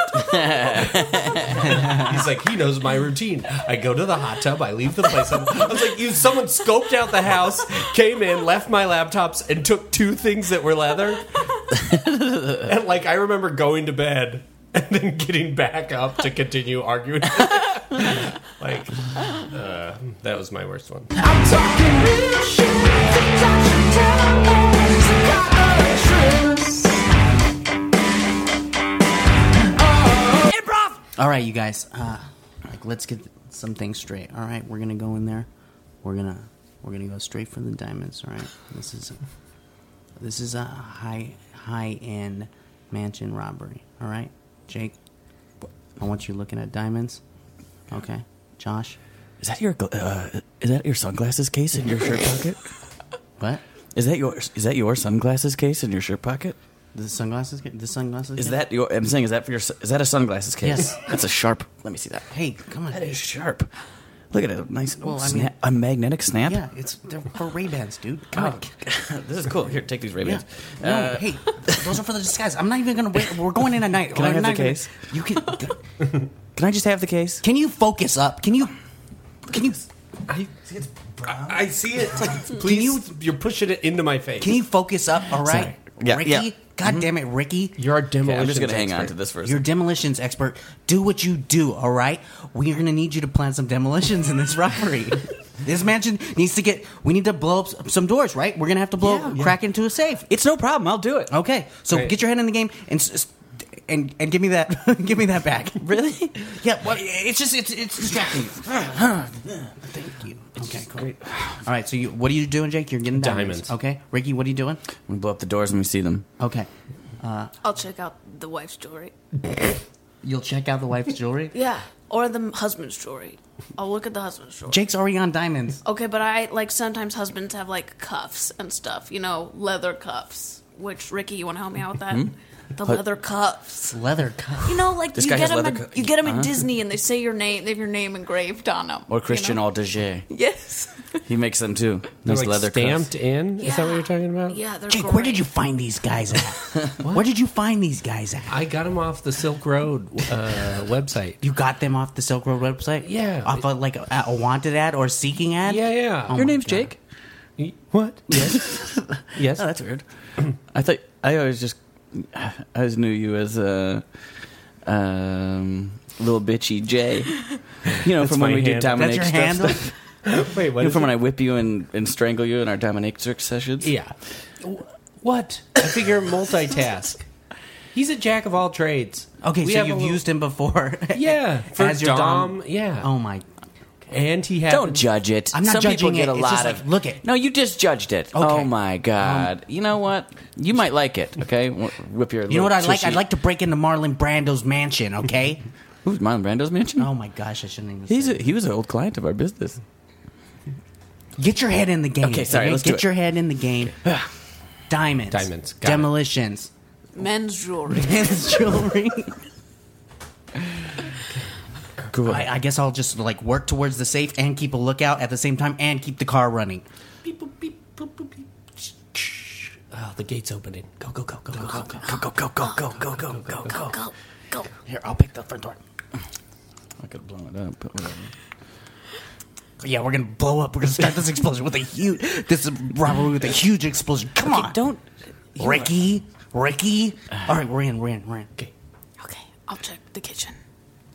S4: He's like, he knows my routine. I go to the hot tub, I leave the place. I'm, I was like, you someone scoped out the house, came in, left my laptops, and took two things that were leather. And like I remember going to bed and then getting back up to continue arguing. like uh, that was my worst one.
S2: Improv!
S6: All right, you guys. Uh, like, let's get some things straight. All right, we're gonna go in there. We're gonna we're gonna go straight for the diamonds. All right, this is this is a high high end mansion robbery. All right, Jake. I want you looking at diamonds. Okay, Josh.
S3: Is that your gl- uh, is that your sunglasses case in your shirt pocket?
S6: What?
S3: Is that your is that your sunglasses case in your shirt pocket?
S6: The sunglasses. The sunglasses.
S3: Is
S6: kid?
S3: that your? I'm saying, is that for your? Is that a sunglasses case?
S6: Yes.
S3: that's a sharp. Let me see that.
S6: Hey, come on.
S3: That is sharp. Look at it, nice
S6: Well, I
S3: sna-
S6: mean-
S3: a magnetic snap. Oh,
S6: Yeah, it's they're for Ray Bans, dude. Come on.
S3: this is cool. Here, take these Ray
S6: Yeah.
S3: Bans.
S6: No,
S3: Uh,
S6: hey, those are for the disguise. I'm not even gonna wait. We're going in at night.
S3: Can I
S6: I'm
S3: have
S6: not
S3: the
S6: even-
S3: case?
S6: You can.
S3: Can I just have the case?
S6: Can you focus up? Can you? Can you?
S4: I, I see it.
S6: Can you-
S4: Please, you, are pushing it into my face.
S6: Can you focus up? All right,
S3: Sorry. Yeah,
S6: Ricky.
S3: yeah. Mm-hmm.
S6: God damn it, Ricky.
S4: You're our demolition.
S3: I'm just gonna hang on to this first.
S6: You're a demolitions expert. Do what you do. All right. We are gonna need you to plan some demolitions in this robbery. this mansion needs to get. We need to blow up s- some doors. Right. We're gonna have to blow
S3: Yeah.
S6: crack into a safe.
S3: it's no problem. I'll do it.
S6: Okay. So
S4: Great.
S6: get your head in the game and. s- s- and, and give me that give me that back.
S3: Really?
S6: Yeah, well, it's just it's it's distracting. you. Thank you. Okay, cool. All right, so you what are you doing, Jake? You're getting diamonds.
S4: Diamonds.
S6: Okay, Ricky, what are you doing?
S3: We blow up the doors when we see them.
S6: Okay,
S5: I'll check out the wife's jewelry.
S6: you'll check out the wife's jewelry.
S5: Yeah. Or the husband's jewelry. I'll look at the husband's jewelry.
S6: Jake's already on diamonds.
S5: Okay, but I like sometimes husbands have like cuffs and stuff, you know, leather cuffs. Which Ricky, you want to help me out with that? The leather cuffs.
S6: Leather cuff.
S5: You know, like
S3: Hmm? This
S5: you
S3: guy
S5: get,
S3: has
S5: them at,
S3: leather cu-
S5: you get them
S3: Uh-huh.
S5: at Disney and they say your name, they have your name engraved on them.
S3: Or Christian Aldeger.
S5: Yes.
S3: He makes them too. Nice
S4: like
S3: leather
S4: stamped
S3: cuffs.
S4: in. Is that what
S5: Yeah.
S4: you're talking about?
S5: Yeah, they're
S6: Jake,
S5: great.
S6: where did you find these guys at? where did you find these guys at?
S4: I got them off the Silk Road uh, website.
S6: You got them off the Silk Road website?
S4: Yeah.
S6: Off of like a, a wanted ad or seeking ad?
S4: Yeah, yeah.
S6: Oh
S3: Your
S6: my
S3: name's
S6: God.
S3: Jake.
S4: Y- What? Yes. yes.
S6: Oh, that's weird.
S3: I thought I always just I always knew you as a um, little bitchy Jay. You know, from when
S4: my
S3: we do
S4: hand-
S6: That's
S3: Dominic
S6: your
S3: stuff-
S6: handle?
S3: stuff.
S4: Wait, what
S3: You know,
S4: is
S3: from
S4: it?
S3: when I whip you and, and strangle you in our Dominic sessions.
S4: Yeah. Wh- What? I figure multitask. He's a jack of all trades.
S6: Okay,
S4: We
S6: so
S4: have a
S6: you've
S4: little-
S6: used him before.
S4: Yeah, for
S6: As your
S4: Dom,
S6: Dom.
S4: Yeah.
S6: Oh my.
S4: and he had
S3: Don't judge it.
S6: I'm not
S3: Some people
S6: judging
S3: get
S6: it.
S3: a
S6: It's
S3: lot
S6: just
S3: of
S6: like, look it. Um,
S3: No, you just judged it. Oh my god! you know what? You might like it. Okay, Wh- whip your.
S6: You know what I'd like?
S3: tushy-
S6: I'd like to break into Marlon Brando's mansion, okay?
S3: Who's Marlon Brando's mansion?
S6: oh my gosh, I shouldn't even
S3: He's
S6: say
S3: a, he was an old client of our business.
S6: Get your head in the game.
S3: Okay, sorry, let's do
S6: Get
S3: it.
S6: your head in the game. Diamonds.
S4: Diamonds, got it.
S6: Demolitions.
S5: Men's jewelry.
S6: Men's jewelry.
S3: Cool.
S6: I, I guess I'll just like work towards the safe and keep a lookout at the same time and keep the car running.
S4: Beep, boop, beep, boop, boop, beep. Oh, the gate's opening. Go, go, go, go, go, go, go, go, go, go, go, go, go, go, go.
S5: go, go.
S6: Here, I'll pick the front door.
S3: I could have blown it up. But whatever.
S6: Yeah, we're gonna blow up. We're gonna start this explosion with a huge, this robbery with a huge explosion. Come on,
S3: don't-
S6: Ricky, Ricky. All right, we're in, we're in, we're in. Okay,
S5: Okay, I'll check the kitchen.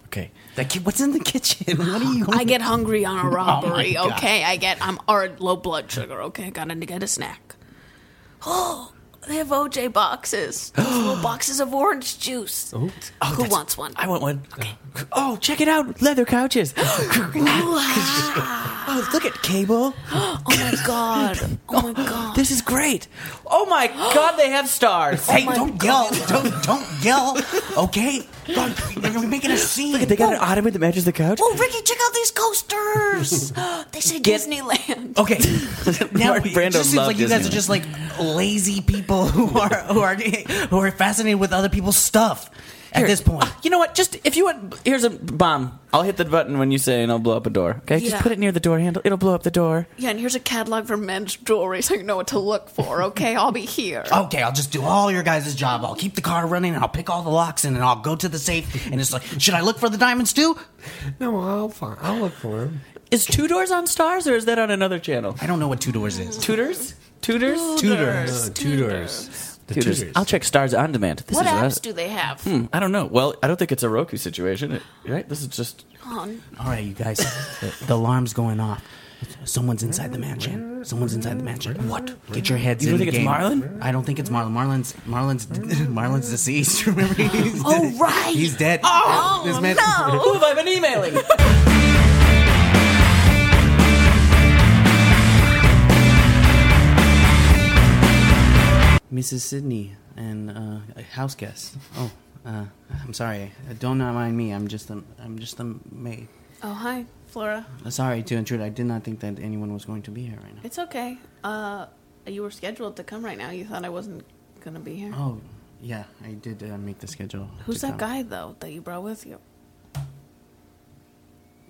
S3: Okay.
S6: that ki- what's in the kitchen? What are you?
S5: I get hungry on a robbery,
S6: God.
S5: okay? I get, I'm already low blood sugar, okay? Gotta get a snack. Oh, they have OJ boxes. Those little boxes of orange juice. Who wants one?
S3: I want one. Okay. Oh, check it out! Leather couches.
S5: Wow.
S3: oh, look at cable.
S5: ah. Oh my god. Oh my god.
S3: This is great. Oh my god, they have stars.
S6: Hey, don't yell! Don't don't yell! Okay, God, you're making a scene.
S3: They got an ottoman that matches the couch.
S5: Oh, Ricky, check out these coasters. they say
S3: Get-
S5: Disneyland.
S6: Okay, now
S3: Martin
S6: it
S3: Brando
S6: just seems
S3: loved
S6: like you guys
S3: Disneyland.
S6: are just like lazy people who are who are who are fascinated with other people's stuff. At
S3: Here.
S6: this point,
S3: Ah, You know what? Just if you want, here's a bomb. I'll hit the button when you say, and I'll blow up a door. Okay,
S5: Yeah.
S3: just put it near the door handle. It'll blow up the door.
S5: Yeah, and here's a catalog for men's jewelry so you know what to look for, okay? I'll be here.
S3: Uh,
S6: okay, I'll just do all your guys' job. I'll keep the car running, and I'll pick all the locks, in, and I'll go to the safe. And it's like, should I look for the diamonds too?
S4: No, I'll find. I'll look for him.
S3: Is Two Doors on Stars or is that on another channel?
S6: I don't know what two doors is.
S3: Tutors. Tutors.
S4: Uh, Tudors. The
S3: Tutors.
S4: Tudors.
S3: I'll check Stars on Demand. This
S5: What
S3: is Hmm.
S5: apps
S3: us-
S5: do they have?
S3: I don't know. Well, I don't think it's a Roku situation, it- right? This is just
S5: On
S6: All right, you guys, the, the alarm's going off. Someone's inside the mansion. Someone's inside the mansion. What? Get your heads
S3: You don't
S6: in the
S3: think it's
S6: game.
S3: Marlon?
S6: I don't think it's Marlon. Marlon's Marlon's Marlon's deceased. Remember? He's
S5: Oh,
S6: dead.
S5: right.
S6: He's dead.
S5: Oh,
S6: This man-
S5: no.
S3: who have I been emailing?
S6: Mrs. Sydney and uh, a house guest. Oh, uh, I'm sorry. Don't not mind me. I'm just a, I'm just a maid.
S5: Oh, hi, Flora.
S6: Uh, Sorry to intrude. I did not think that anyone was going to be here right now.
S5: It's okay. Uh, you were scheduled to come right now. You thought I wasn't gonna be here.
S6: Oh, yeah, I did uh, make the schedule.
S5: Who's
S6: to come.
S5: that guy though that you brought with you?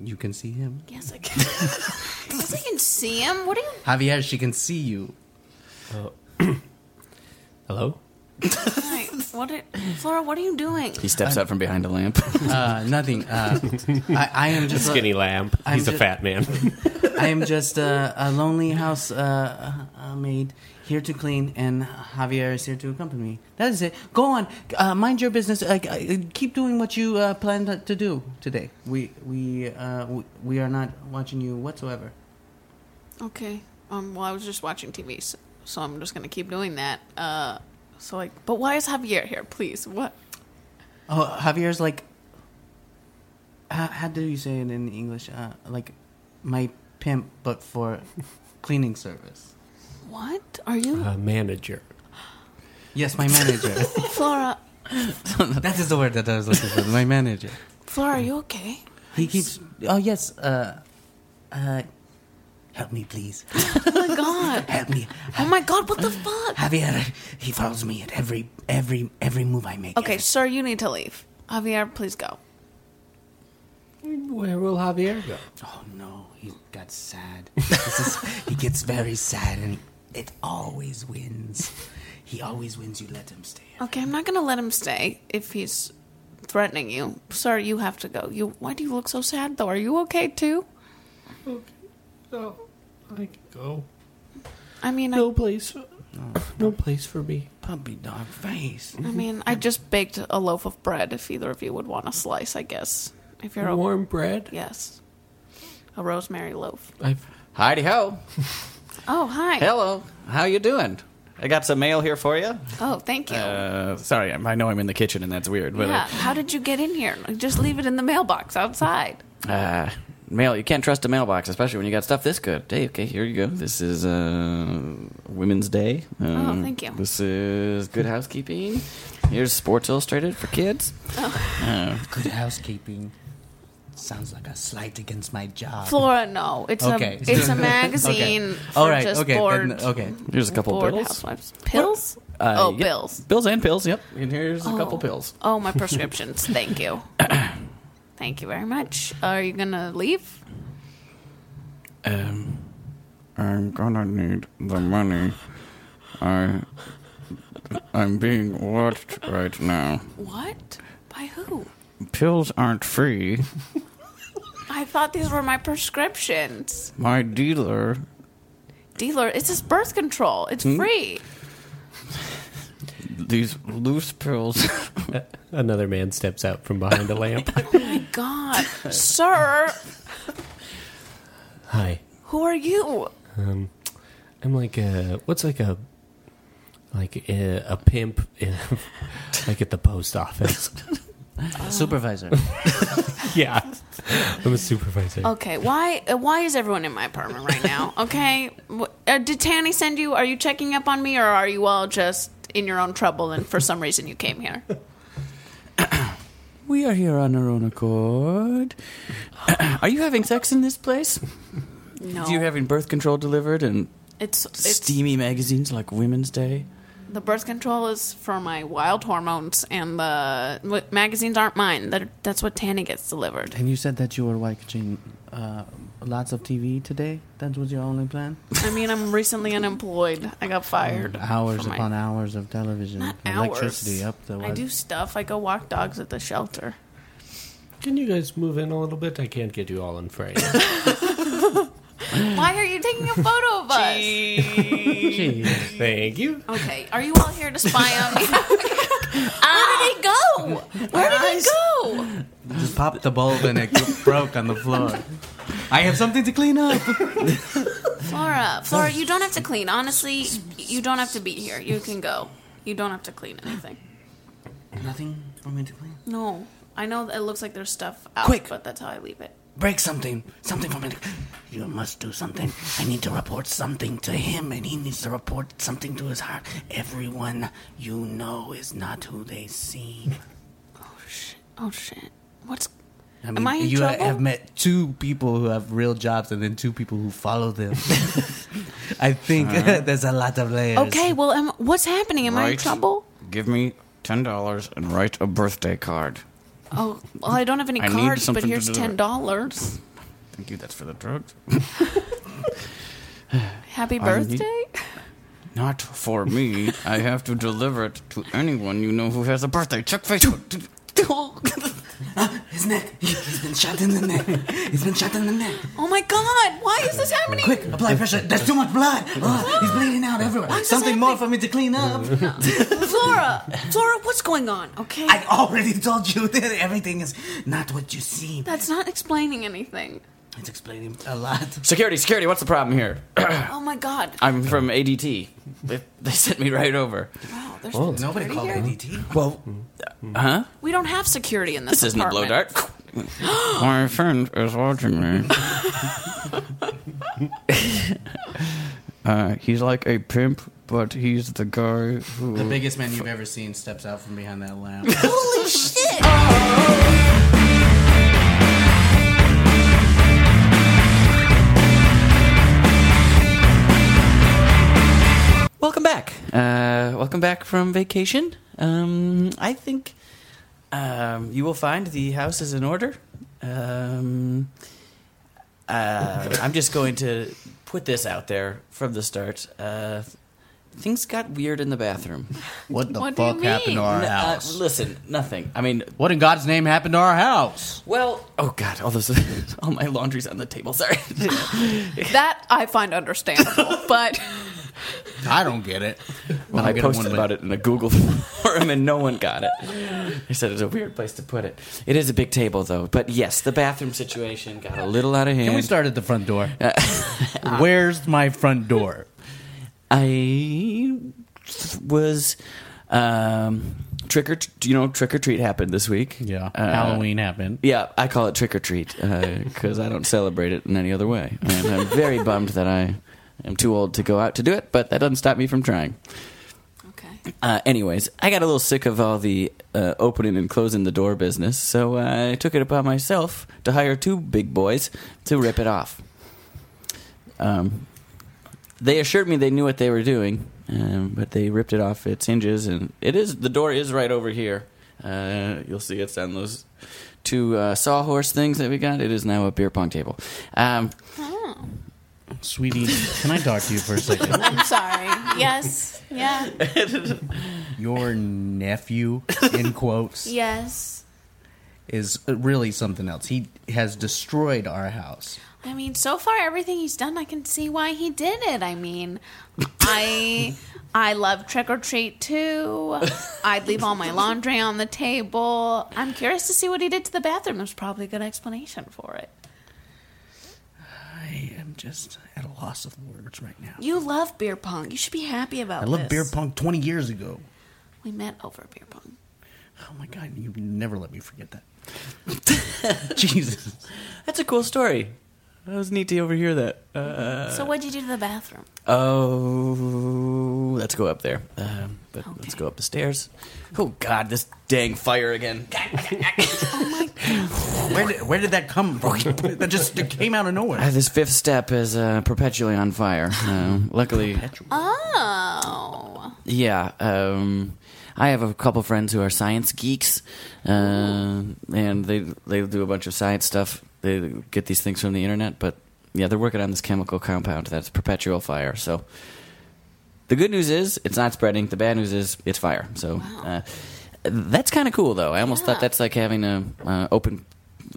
S6: You can see him.
S5: Yes, I can. yes, I can see him. What are you?
S6: Javier, she can see you.
S4: Hello.
S5: Hi, What are, Flora? What are you doing?
S3: He steps out from behind a lamp.
S6: Uh, nothing. Uh, I, I am just
S4: Skinny lamb.
S6: I'm
S4: He's a
S6: ju-
S4: fat man.
S6: I am just uh, a lonely house uh, uh, maid here to clean, and Javier is here to accompany me. That is it. Go on, uh, mind your business. Uh, uh, keep doing what you uh, planned to do today. We we uh, w- we are not watching you whatsoever.
S5: Okay. Um. Well, I was just watching TV, so, so I'm just gonna keep doing that. Uh. So like, but why is Javier here? Please. What?
S6: Oh, Javier's like. How, how do you say it in English? Uh, like, my pimp, but for cleaning service.
S5: What are you,
S4: a manager.
S6: Yes, my manager.
S5: Flora?
S6: that is the word that I was looking for. My manager.
S5: Flora, are you okay?
S6: He keeps. Oh yes. Uh, uh, help me, please.
S5: Oh my god.
S6: Help me.
S5: Oh my god, what the fuck?
S6: Javier, he follows me at every every every move I make.
S5: Okay, sir, you need to leave. Javier, please go.
S4: Where will Javier go?
S6: Oh no, he got sad. This is, he gets very sad, and it always wins. He always wins. You let him stay.
S5: Okay, I'm not gonna let him stay if he's threatening you. Sir, you have to go. You why do you look so sad though? Are you okay too?
S4: Oh, I can go.
S5: I mean
S4: No place. No place for me.
S6: Puppy dog face.
S5: I, I mean I just baked a loaf of bread if either of you would want a slice, I guess. If you're okay.
S4: Warm bread.
S5: Yes. A rosemary loaf.
S4: I've
S3: Heidi ho.
S5: Oh hi.
S3: Hello. How you doing? I got some mail here for you.
S5: Oh, thank you.
S3: Uh, sorry, I'm- I know I'm in the kitchen and that's weird, but
S5: yeah. How did you get in here? Just leave it in the mailbox outside.
S3: uh, mail you can't trust a mailbox, especially when you got stuff this good. Hey, okay, here you go. This is uh, Women's Day. Uh,
S5: Oh, thank you.
S3: This is Good Housekeeping. Here's Sports Illustrated for kids.
S6: Good housekeeping. Sounds like a slight against my job.
S5: Flora, no. It's
S6: Okay.
S5: a it's a magazine.
S6: Okay.
S5: For
S6: All right.
S5: Just
S6: Okay.
S5: Bored,
S6: then- okay.
S3: Here's a couple
S5: bored
S3: bills.
S5: housewives. Pills.
S3: Uh,
S5: oh,
S3: yep.
S5: bills.
S3: Bills and pills. Yep. And here's a couple pills.
S5: Oh, my prescriptions. Thank you. Thank you very much. Are you gonna leave?
S3: Um, I'm gonna need the money. I I'm being watched right now.
S5: What? By who?
S3: Pills aren't free.
S5: I thought these were my prescriptions.
S3: My dealer.
S5: Dealer, it's just birth control. It's
S6: Hmm?
S5: free.
S3: These loose pills.
S4: another man steps out from behind a lamp.
S5: My God, sir,
S4: Hi.
S5: who are you?
S4: Um, I'm like a what's like a like uh, a, a pimp, in, like at the post office.
S6: Uh. Supervisor.
S4: yeah, I'm a supervisor.
S5: Okay, why uh, why is everyone in my apartment right now? Okay, Wh- uh, did Tanny send you? Are you checking up on me, or are you all just in your own trouble and for some reason you came here?
S3: We are here on our own accord. are you having sex in this place?
S5: No,
S3: Do you having birth control delivered and
S5: it's, it's
S3: steamy magazines like Women's Day?
S5: The birth control is for my wild hormones, and the what, magazines aren't mine. That that's what Tanny gets delivered.
S6: and you said that you were watching uh, lots of TV today. That was your only plan.
S5: I mean, I'm recently unemployed. I got fired.
S6: Um, Hours
S5: for my-
S6: upon hours of television,
S5: Not
S6: electricity
S5: hours.
S6: up the.
S5: I do stuff. I go walk dogs at the shelter.
S4: Can you guys move in a little bit? I can't get you all in frame.
S5: Why are you taking a photo of us?
S4: Thank you.
S5: Okay, are you all here to spy on me? Where did he go? Where did he go?
S6: Just popped the bulb and it broke on the floor. I have something to clean up.
S5: Flora, Flora, you don't have to clean. Honestly, you don't have to be here. You can go. You don't have to clean anything.
S6: Nothing for me to clean.
S5: No, I know that it looks like there's stuff out,
S6: Quick.
S5: but that's how I leave it.
S6: Break something. Something for me to. You must do something. I need to report something to him, and he needs to report something to his heart. Everyone you know is not who they seem.
S5: Oh shit! What's
S6: I mean,
S5: Am I in
S6: you
S5: trouble?
S6: have met two people who have real jobs, and then two people who follow them. I think there's a lot of layers.
S5: okay? Well, am, what's happening? Am I in
S3: Right.
S5: trouble?
S3: Give me ten dollars and write a birthday card.
S5: Oh, well, I don't have any
S3: I need
S5: cards, but
S3: something to
S5: here's
S3: do it.
S5: ten dollars.
S3: Thank you. That's for the drugs.
S5: Happy
S3: I need-
S5: birthday!
S3: Not for me. I have to deliver it to anyone you know who has a birthday. Check Facebook.
S6: His neck. He's been shot in the neck. He's been shot in the neck.
S5: oh my god! Why is this happening?
S6: Quick, apply pressure. There's too much blood. Ah, he's bleeding out everywhere.
S5: is
S6: Something more for
S5: happening?
S6: me to clean up.
S5: Flora, Flora, what's going on? Okay,
S6: I already told you that everything is not what you seem.
S5: that's not explaining anything.
S6: It's explaining a lot.
S3: Security, security. What's the problem here?
S6: Ah.
S5: Oh my god!
S3: I'm from ADT. They, they sent me right over.
S5: Wow, there's
S6: Nobody
S5: security
S6: called
S5: here?
S6: ADT.
S3: Well, huh?
S5: We don't have security in this.
S3: This isn't a blow
S5: apartment.
S3: dart. My friend is watching me. uh, he's like a pimp, but he's the guy who.
S6: The biggest man you've ever seen steps out from behind that lamp.
S5: Holy shit!
S3: Uh, back from vacation. Um, I think um, you will find the house is in order. Um, uh, I'm just going to put this out there from the start. Uh, things got weird in the bathroom.
S6: What the
S5: What do you
S6: fuck happened
S5: mean?
S6: to our
S3: N- uh,
S6: house?
S3: listen, nothing. I mean,
S6: what in God's name happened to our house?
S3: well, oh god, all those, all my laundry's on the table. Sorry.
S5: That I find understandable, but
S6: I don't get it.
S3: Well,
S6: don't
S3: I
S6: get
S3: posted
S6: one bit.
S3: about it in a Google forum and no one got it. I said it's a weird place to put it. It is a big table though, but yes, the bathroom situation got a little out of hand.
S6: Can we start at the front door?
S4: Uh,
S6: Where's my front door?
S3: I was um, trick or you know trick or treat happened this week.
S6: Yeah,
S3: Uh,
S6: Halloween happened.
S3: Yeah, I call it trick or treat because I don't celebrate it in any other way, and I'm very bummed that I am too old to go out to do it. But that doesn't stop me from trying.
S5: okay.
S3: Uh, anyways, I got a little sick of all the uh, opening and closing the door business, so I took it upon myself to hire two big boys to rip it off. Um, they assured me they knew what they were doing, um, but they ripped it off its hinges, and it is the door is right over here. Uh, you'll see it's on those two uh, sawhorse things that we got. It is now a beer pong table. Um,
S6: Sweetie, can I talk to you for a second?
S5: Oh, I'm sorry. Yes. Yeah.
S6: Your nephew, in quotes,
S5: Yes.
S6: is really something else. He has destroyed our house.
S5: I mean, so far everything he's done, I can see why he did it. I mean, I I love trick or treat too. I'd leave all my laundry on the table. I'm curious to see what he did to the bathroom. There's probably a good explanation for it.
S6: I am just at a loss of words right now.
S5: You love beer pong. You should be happy about
S6: I
S5: this.
S6: loved beer pong 20 years ago.
S5: We met over beer pong.
S6: Oh my god, you never let me forget that. Jesus.
S3: that's a cool story. That was neat to overhear that.
S5: so what'd you do to the bathroom?
S3: Oh, let's go up there. Um, but let's
S5: Okay.
S3: go up the stairs. Oh God, this dang fire again!
S6: Where did, where did that come from? that just it came out of
S3: Ah,
S6: nowhere.
S3: this fifth step is uh, perpetually on fire. Uh, luckily,
S5: Oh.
S3: yeah. Um, I have a couple friends who are science geeks, uh, and they they do a bunch of science stuff. They get these things from the internet, but yeah, they're working on this chemical compound that's perpetual fire. So the good news is it's not spreading. The bad news is it's fire. So uh, that's kind of cool, though. I almost
S5: Yeah.
S3: thought that's like having a uh, open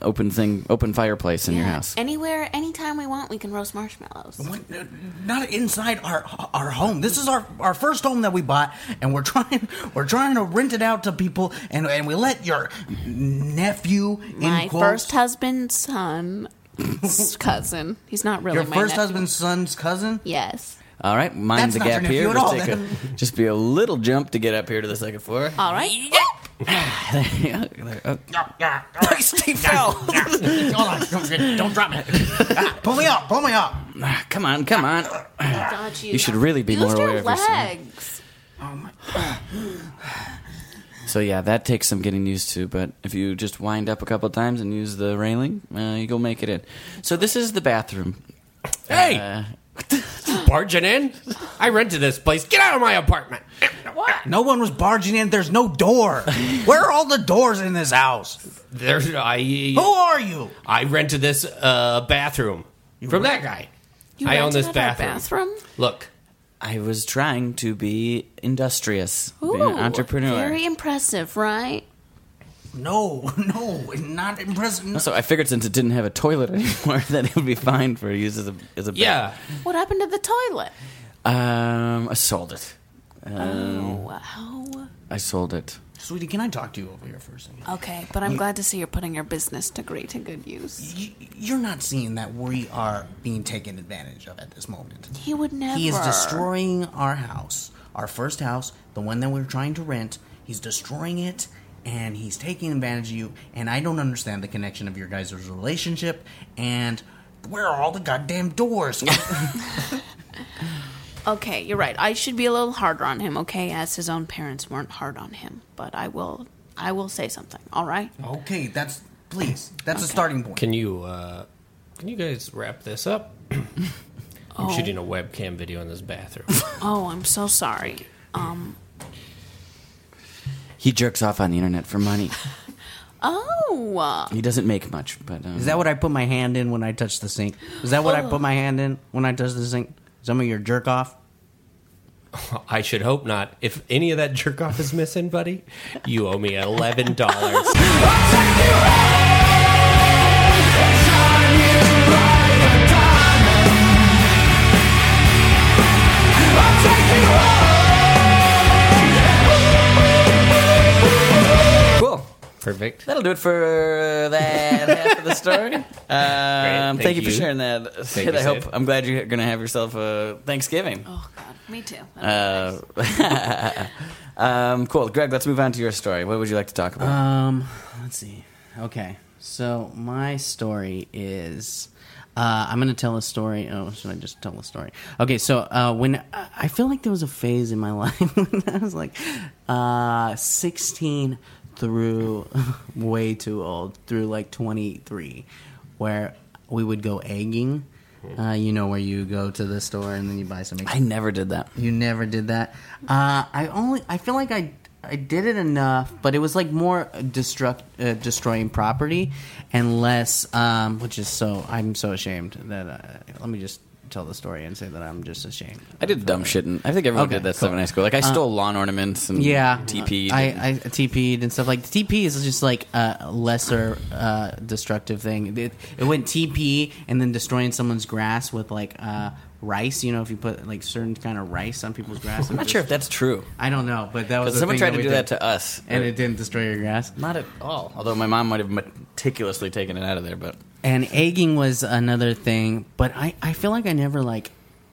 S3: open thing, open fireplace in your
S5: Yeah.
S3: house.
S5: Anywhere, anytime we want, we can roast marshmallows.
S6: What? uh, Not inside our our home. This is our, our first home that we bought, and we're trying we're trying to rent it out to people, and and we let your nephew in
S5: my
S6: quotes,
S5: first husband's son cousin. He's not really
S6: your
S5: my
S6: first
S5: nephew.
S6: husband's son's cousin.
S5: Yes.
S3: All right, mind
S6: That's
S3: the
S6: not your
S3: gap
S6: nephew
S3: here.
S6: at
S3: Just,
S6: all,
S3: take a,
S6: then.
S3: just be a little jump to get up here to the second floor.
S5: All right. Oh,
S3: Christy fell.
S6: Hold on, don't drop it. Ah, pull me up, pull me up.
S3: come on, come on.
S5: Dodge you.
S3: You should really be
S5: Use
S3: more aware
S5: your
S3: of yourself.
S5: legs.
S3: So yeah, that takes some getting used to, but if you just wind up a couple times and use the railing, uh, you'll make it in. So this is the bathroom.
S4: Hey,
S3: Uh,
S4: barging in? I rented this place. Get out of my apartment.
S6: No one was barging in. There's no door. Where are all the doors in this house?
S4: There's
S6: Who
S4: I.
S6: are you?
S4: I rented this uh, bathroom from that guy.
S5: You
S4: I own
S5: rented
S4: this
S5: out our
S4: bathroom. Look,
S3: I was trying to be industrious, be
S5: Ooh,
S3: an entrepreneur.
S5: Very impressive, right?
S6: No, no, not impressive. No.
S3: so I figured since it didn't have a toilet anymore, that it would be fine for use as a as a bath.
S4: yeah,
S5: What happened to the toilet?
S3: Um, I sold it.
S5: Oh, wow.
S3: I sold it.
S6: Sweetie, can I talk to you over here for a second?
S5: Okay, but I'm glad to see you're putting your business degree to good use.
S6: You, you're not seeing that we are being taken advantage of at this moment.
S5: He would never.
S6: He is destroying our house, our first house, the one that we're trying to rent. He's destroying it, and he's taking advantage of you. And I don't understand the connection of your guys' relationship. And where are all the goddamn doors?
S5: Okay, you're right. I should be a little harder on him, okay? As his own parents weren't hard on him, but I will I will say something, all right?
S6: okay, that's please. That's a starting point.
S4: can you uh, can you guys wrap this up? I'm shooting a webcam video in this bathroom.
S5: Oh, I'm so sorry. Um
S3: He jerks off on the internet for money.
S5: Oh, uh,
S3: He doesn't make much, but um,
S6: Is that what I put my hand in when I touch the sink? Is that what I put my hand in when I touch the sink? Some of your jerk off?
S4: I should hope not. If any of that jerk off is missing, buddy, you owe me eleven dollars.
S3: cool?
S4: Perfect.
S3: That'll do it for uh, that half of the story. Um, thank,
S4: thank
S3: you for
S4: you.
S3: sharing that.
S4: Thank you,
S3: I hope
S4: Sid.
S3: I'm glad you're going to have yourself a Thanksgiving.
S5: oh God, me too.
S3: Uh, um, cool, Greg. Let's move on to your story. What would you like to talk about?
S6: Um, let's see. Okay, so my story is. Uh, I'm gonna tell a story. Oh, should I just tell a story? Okay, so uh, when I I feel like there was a phase in my life when I was like uh, 16 through way too old through like 23, where we would go egging. Uh, you know where you go to the store and then you buy some.
S3: I never did that.
S6: You never did that. Uh, I only. I feel like I. I did it enough, but it was like more destruct, uh, destroying property, and less. Um, which is so. I'm so ashamed that. Uh, let me just tell the story and say that I'm just ashamed.
S3: I did dumb shit, and I think everyone
S6: Okay, Uh,
S3: did that stuff in high school. Like I stole lawn ornaments and
S6: Yeah,
S3: TP.
S6: I, I TP'd and stuff like TP is just like a lesser uh, destructive thing. It, it went TP and then destroying someone's grass with like uh, rice. You know, if you put like certain kind of rice on people's grass.
S3: I'm not sure if that's true.
S6: I don't know, but that was
S3: But
S6: the
S3: someone
S6: thing
S3: tried to
S6: we
S3: do
S6: did.
S3: that to us,
S6: and it didn't destroy your grass.
S3: not at all. Although my mom might have meticulously taken it out of there, but
S6: And egging was another thing, but I, I feel like I never like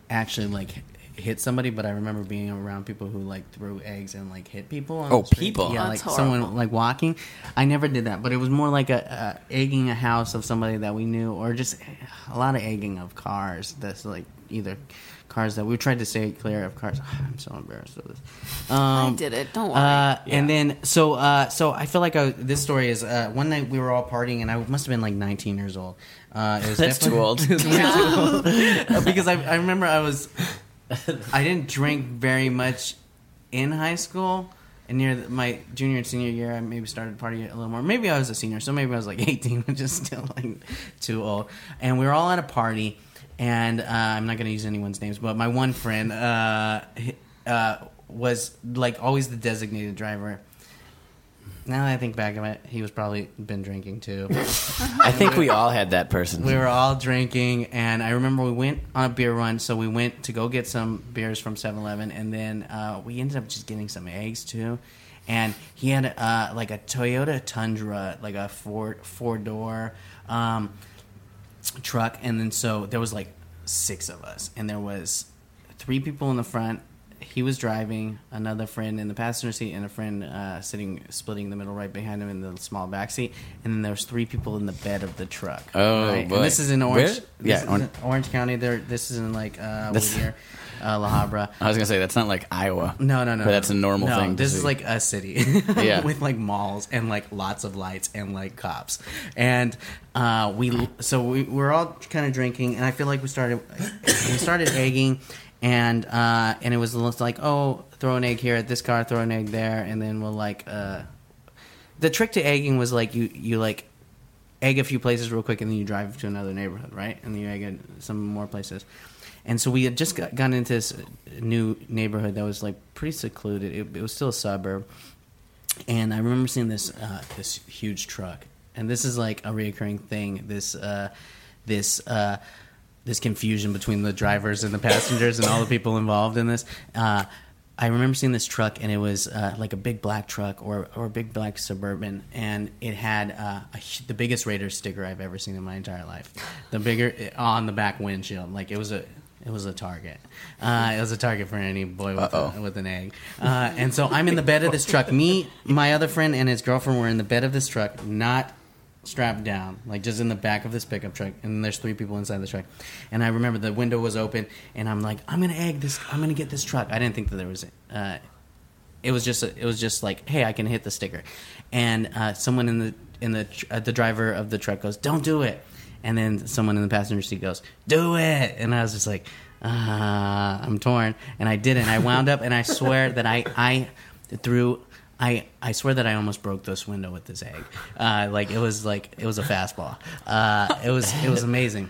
S6: actually like hit somebody, but I remember being around people who like threw eggs and like hit people. on
S3: Oh,
S6: the street.
S3: people.
S6: Yeah,
S5: That's
S6: like someone
S5: horrible.
S6: like walking. I never did that, but it was more like a, a egging a house of somebody that we knew, or just a lot of egging of cars. That's like either cars that we tried to stay clear of cars. I'm so embarrassed of this. Um,
S5: I did it. Don't worry.
S6: uh, And then so uh, so I feel like I, this story is uh, one night we were all partying and I must have been like 19 years old. Uh, it was
S3: That's
S6: definitely-
S3: too old.
S6: It was way too old. because I, I remember I was I didn't drink very much in high school. And near the, my junior and senior year, I maybe started partying a little more. Maybe I was a senior, so maybe I was like 18, which is still like too old. And we were all at a party, and uh, I'm not going to use anyone's names, but my one friend uh, h- uh, was like always the designated driver. Now that I think back on it, he was probably been drinking too.
S3: I think we all had that person.
S6: We were all drinking, and I remember we went on a beer run. So we went to go get some beers from 7 Eleven, and then uh, we ended up just getting some eggs too. And he had uh, like a Toyota Tundra, like a four four door um, truck. And then so there was like six of us, and there was three people in the front. He was driving, another friend in the passenger seat, and a friend uh, sitting splitting the middle right behind him in the small back seat. And then there was three people in the bed of the truck.
S3: Oh,
S6: Right.
S3: boy.
S6: And this is in Orange.
S3: Where?
S6: this
S3: Yeah,
S6: is in
S3: Orange.
S6: Orange. County. There, this is in like uh,
S3: This-
S6: Whittier, uh, La Habra.
S3: I was gonna say that's not like Iowa.
S6: No, no, no.
S3: But that's a
S6: no.
S3: normal
S6: No,
S3: thing. to
S6: This is
S3: see.
S6: like a city,
S3: Yeah.
S6: with like malls and like lots of lights and like cops. And uh, we, so we we're all kind of drinking, and I feel like we started we started egging, and uh, and it was like oh throw an egg here at this car, throw an egg there, and then we'll like uh, the trick to egging was like you you like egg a few places real quick and then you drive to another neighborhood right and then you egg at some more places and so we had just got, gotten into this new neighborhood that was like pretty secluded it, it was still a suburb and i remember seeing this uh, this huge truck and this is like a reoccurring thing this uh, this uh, this confusion between the drivers and the passengers and all the people involved in this uh, I remember seeing this truck, and it was uh, like a big black truck or, or a big black suburban, and it had uh, a, hu- the biggest Raiders sticker I've ever seen in my entire life. The bigger on the back windshield, like it was a it was a target. Uh, it was a target for any boy with, a, with an egg. Uh, and so I'm in the bed of this truck. Me, my other friend, and his girlfriend were in the bed of this truck, not strapped down, like just in the back of this pickup truck, and there's three people inside the truck. And I remember the window was open, and I'm like, I'm gonna egg this, I'm gonna get this truck. I didn't think that there was, uh, it was just, it was just like, hey, I can hit the sticker, and uh, someone in the in the tr- uh, the driver of the truck goes, don't do it, and then someone in the passenger seat goes, do it, and I was just like, uh, I'm torn, and I didn't. I wound up, and I swear that I I threw I, I swear that I almost broke this window with this egg. Uh, like it was like it was a fastball. Uh, it was it was amazing,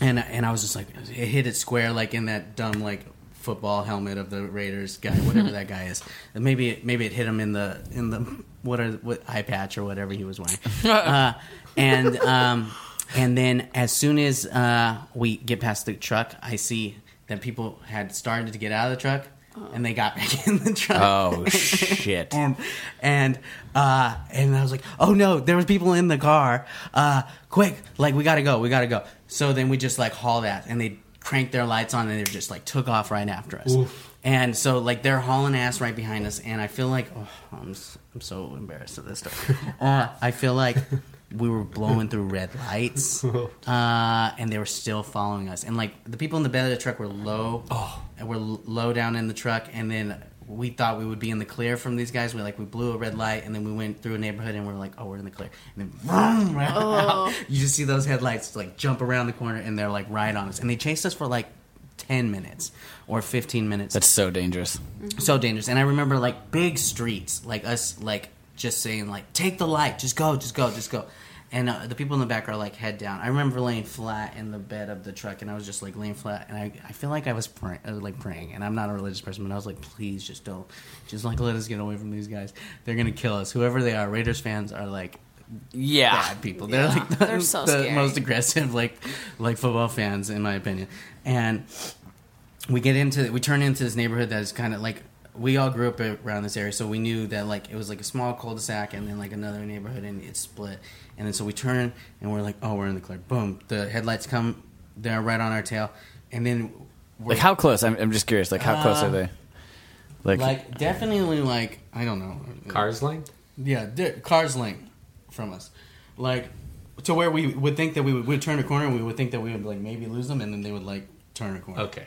S6: and and I was just like it hit it square like in that dumb like football helmet of the Raiders guy, whatever that guy is. And maybe it, maybe it hit him in the in the what are what eye patch or whatever he was wearing. Uh, and um, and then as soon as uh, we get past the truck, I see that people had started to get out of the truck. And they got back in the truck
S3: Oh shit!
S6: and and uh and I was like, oh no, there was people in the car. Uh, quick, like we gotta go, we gotta go. So then we just like haul that, and they cranked their lights on, and they just like took off right after us. And so like they're hauling ass right behind us, and I feel like oh, I'm s- I'm so embarrassed of this stuff. Uh, I feel like. We were blowing through red lights, uh, and they were still following us. And like the people in the bed of the truck were low, and we're l- low down in the truck, and then we thought we would be in the clear from these guys. We like we blew a red light, and then we went through a neighborhood, and we are like, oh, we're in the clear. And then vroom, right out. you just see those headlights like jump around the corner, and they're like right on us, and they chased us for like ten minutes or fifteen minutes.
S3: That's so dangerous.
S6: so dangerous. And I remember like big streets, like us like just saying like, take the light, just go, just go, just go. And uh, the people in the back are like head down. I remember laying flat in the bed of the truck, and I was just like laying flat, and I, I feel like I was praying, like praying. And I'm not a religious person, but I was like, please just don't, just like let us get away from these guys. They're gonna kill us. Whoever they are, Raiders fans are like
S3: Yeah,
S6: bad people. They're like the,
S5: They're so
S6: the
S5: scary.
S6: most aggressive like like football fans in my opinion. And we get into we turn into this neighborhood that is kind of like we all grew up around this area, so we knew that like it was like a small cul-de-sac and then like another neighborhood and it's split. And then so we turn and we're like, oh, we're in the clear. Boom! The headlights come, they're right on our tail, and then we're
S3: like how close? I'm, I'm just curious. Like how close are they? Like,
S6: like definitely like I don't know
S4: Cars length?
S6: Yeah, di- cars length from us, like to where we would think that we would we'd turn a corner and we would think that we would like maybe lose them and then they would like turn a corner.
S4: Okay.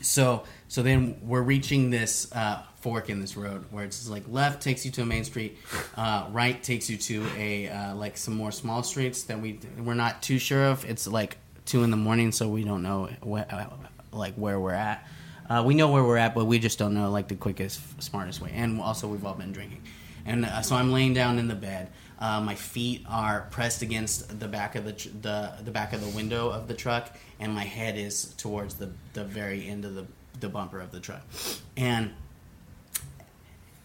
S6: So so then we're reaching this uh, fork in this road where it's like left takes you to a main street, uh, right takes you to a uh, like some more small streets that we we're not too sure of. It's like two in the morning, so we don't know wh- uh, like where we're at. Uh, we know where we're at, but we just don't know like the quickest, smartest way. And also, we've all been drinking, and uh, so I'm laying down in the bed. Uh, my feet are pressed against the back of the, tr- the the back of the window of the truck, and my head is towards the the very end of the the bumper of the truck, and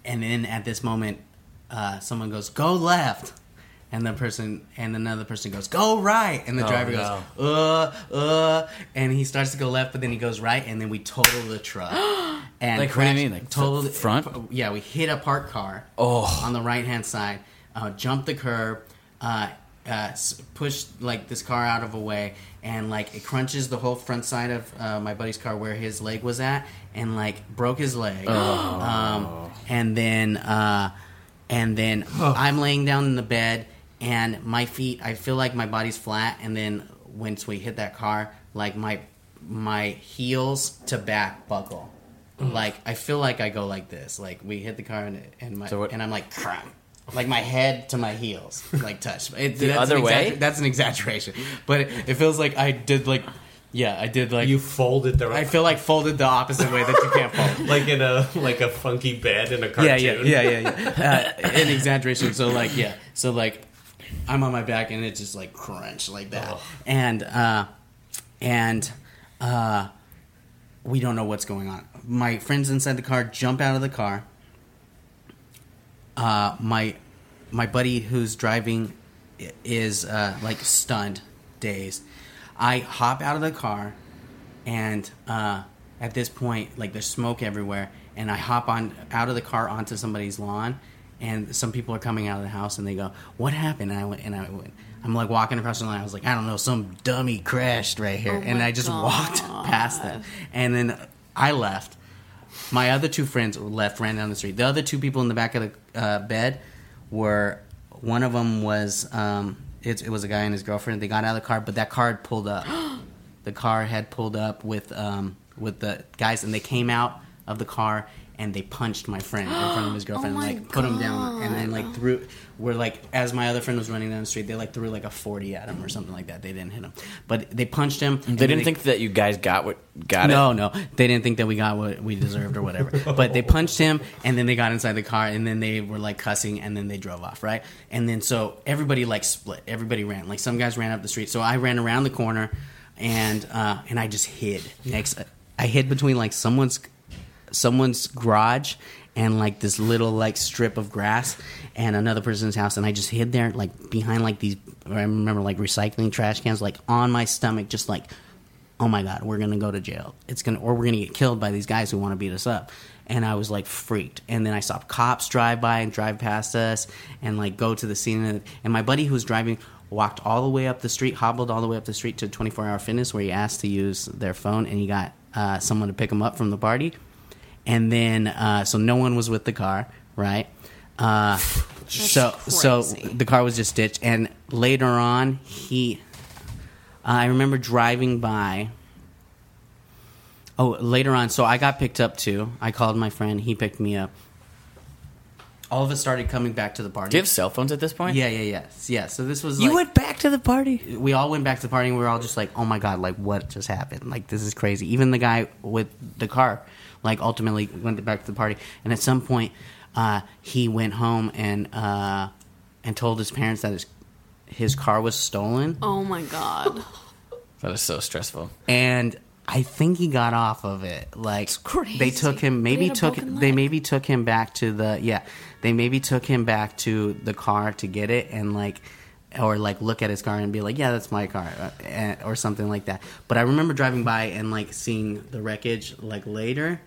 S6: and then at this moment, uh, someone goes go left, and the person and another person goes go right,
S3: Oh,
S6: and the driver
S4: no.
S6: goes uh uh, and he starts to go left, but then he goes right, and then we total the truck.
S3: Like, what
S6: And
S3: do you
S6: crash-
S3: mean, like,
S6: totaled
S3: f-
S6: it-
S3: front?
S6: yeah, we hit a parked car
S3: Oh.
S6: on the right hand side, uh, jumped the curb, uh, uh, s- pushed like this car out of a way, and like it crunches the whole front side of uh, my buddy's car where his leg was at, and like broke his leg. Um, and then uh, and then I'm laying down in the bed, and my feet, I feel like my body's flat, and then once we hit that car, like my my heels to back buckle. Like I feel like I go like this. Like we hit the car and, and my
S3: So what-
S6: and I'm like crap. Like my head to my heels, like touch. It,
S3: The
S6: that's
S3: other
S6: an
S3: way?
S6: exagger- That's an exaggeration, but it, it feels like I did like, yeah, I did like.
S4: You folded the
S6: I feel like folded the opposite way that you can't fold.
S4: like in a like a funky bed in a cartoon.
S6: yeah, yeah, yeah, yeah, yeah. Uh, an exaggeration. So like, yeah. So like, I'm on my back and it's just like crunch like that,
S4: Ugh.
S6: and uh, and uh, we don't know what's going on. My friends inside the car jump out of the car. Uh, my my buddy who's driving i- is uh, like stunned, dazed. I hop out of the car and uh, at this point, like there's smoke everywhere, and I hop on out of the car onto somebody's lawn, and some people are coming out of the house, and they go, "What happened?" And I went, and I went, I'm like walking across the line. I was like, "I don't know, some dummy crashed right here," and
S5: Oh my
S6: I just
S5: God.
S6: walked past them, and then I left. My other two friends left, ran down the street. The other two people in the back of the uh, bed were one of them was um, it, it was a guy and his girlfriend. They got out of the car, but that car had pulled up. the car had pulled up with um, with the guys, and they came out of the car and they punched my friend in front of his girlfriend
S5: my
S6: and like put him down and then like threw were like as my other friend was running down the street they like threw like a 40 at him or something like that they didn't hit him but they punched him
S3: They didn't think that you guys got what got
S6: no,
S3: it.
S6: no, they didn't think that we got what we deserved or whatever. But they punched him, and then they got inside the car, and then they were like cussing, and then they drove off, right? And then so everybody like split, everybody ran. Like some guys ran up the street, so I ran around the corner, and uh, and I just hid next. I hid between like someone's someone's garage and like this little like strip of grass and another person's house and i just hid there like behind like these i remember like recycling trash cans like on my stomach just like oh my god we're gonna go to jail it's gonna or we're gonna get killed by these guys who want to beat us up and i was like freaked and then i saw cops drive by and drive past us and like go to the scene and, and my buddy who was driving walked all the way up the street hobbled all the way up the street to 24 hour fitness where he asked to use their phone and he got uh, someone to pick him up from the party and then uh, so no one was with the car, right? Uh, so so
S5: crazy.
S6: the car was just ditched, and later on he, Uh, I remember driving by. Oh, later on, so I got picked up too. I called my friend; he picked me up. All of us started coming back to the party.
S3: Do you have cell phones at this point?
S6: yeah, yeah, yes, yeah. So this was
S3: You
S6: like-
S3: went back to the party.
S6: we all went back to the party and we were all just like, oh my god, like what just happened? Like this is crazy. Even the guy with the car, like ultimately went back to the party, and at some point, uh, he went home and uh, and told his parents that his his car was stolen,
S5: Oh my god.
S3: That is so stressful.
S6: and I think he got off of it. Like
S5: crazy.
S6: they took him,
S5: He
S6: maybe
S5: had a
S6: took
S5: broken
S6: they
S5: leg.
S6: maybe took him back to the yeah, they maybe took him back to the car to get it and like or like look at his car and be like yeah that's my car uh, eh, or something like that. But I remember driving by and like seeing the wreckage like later,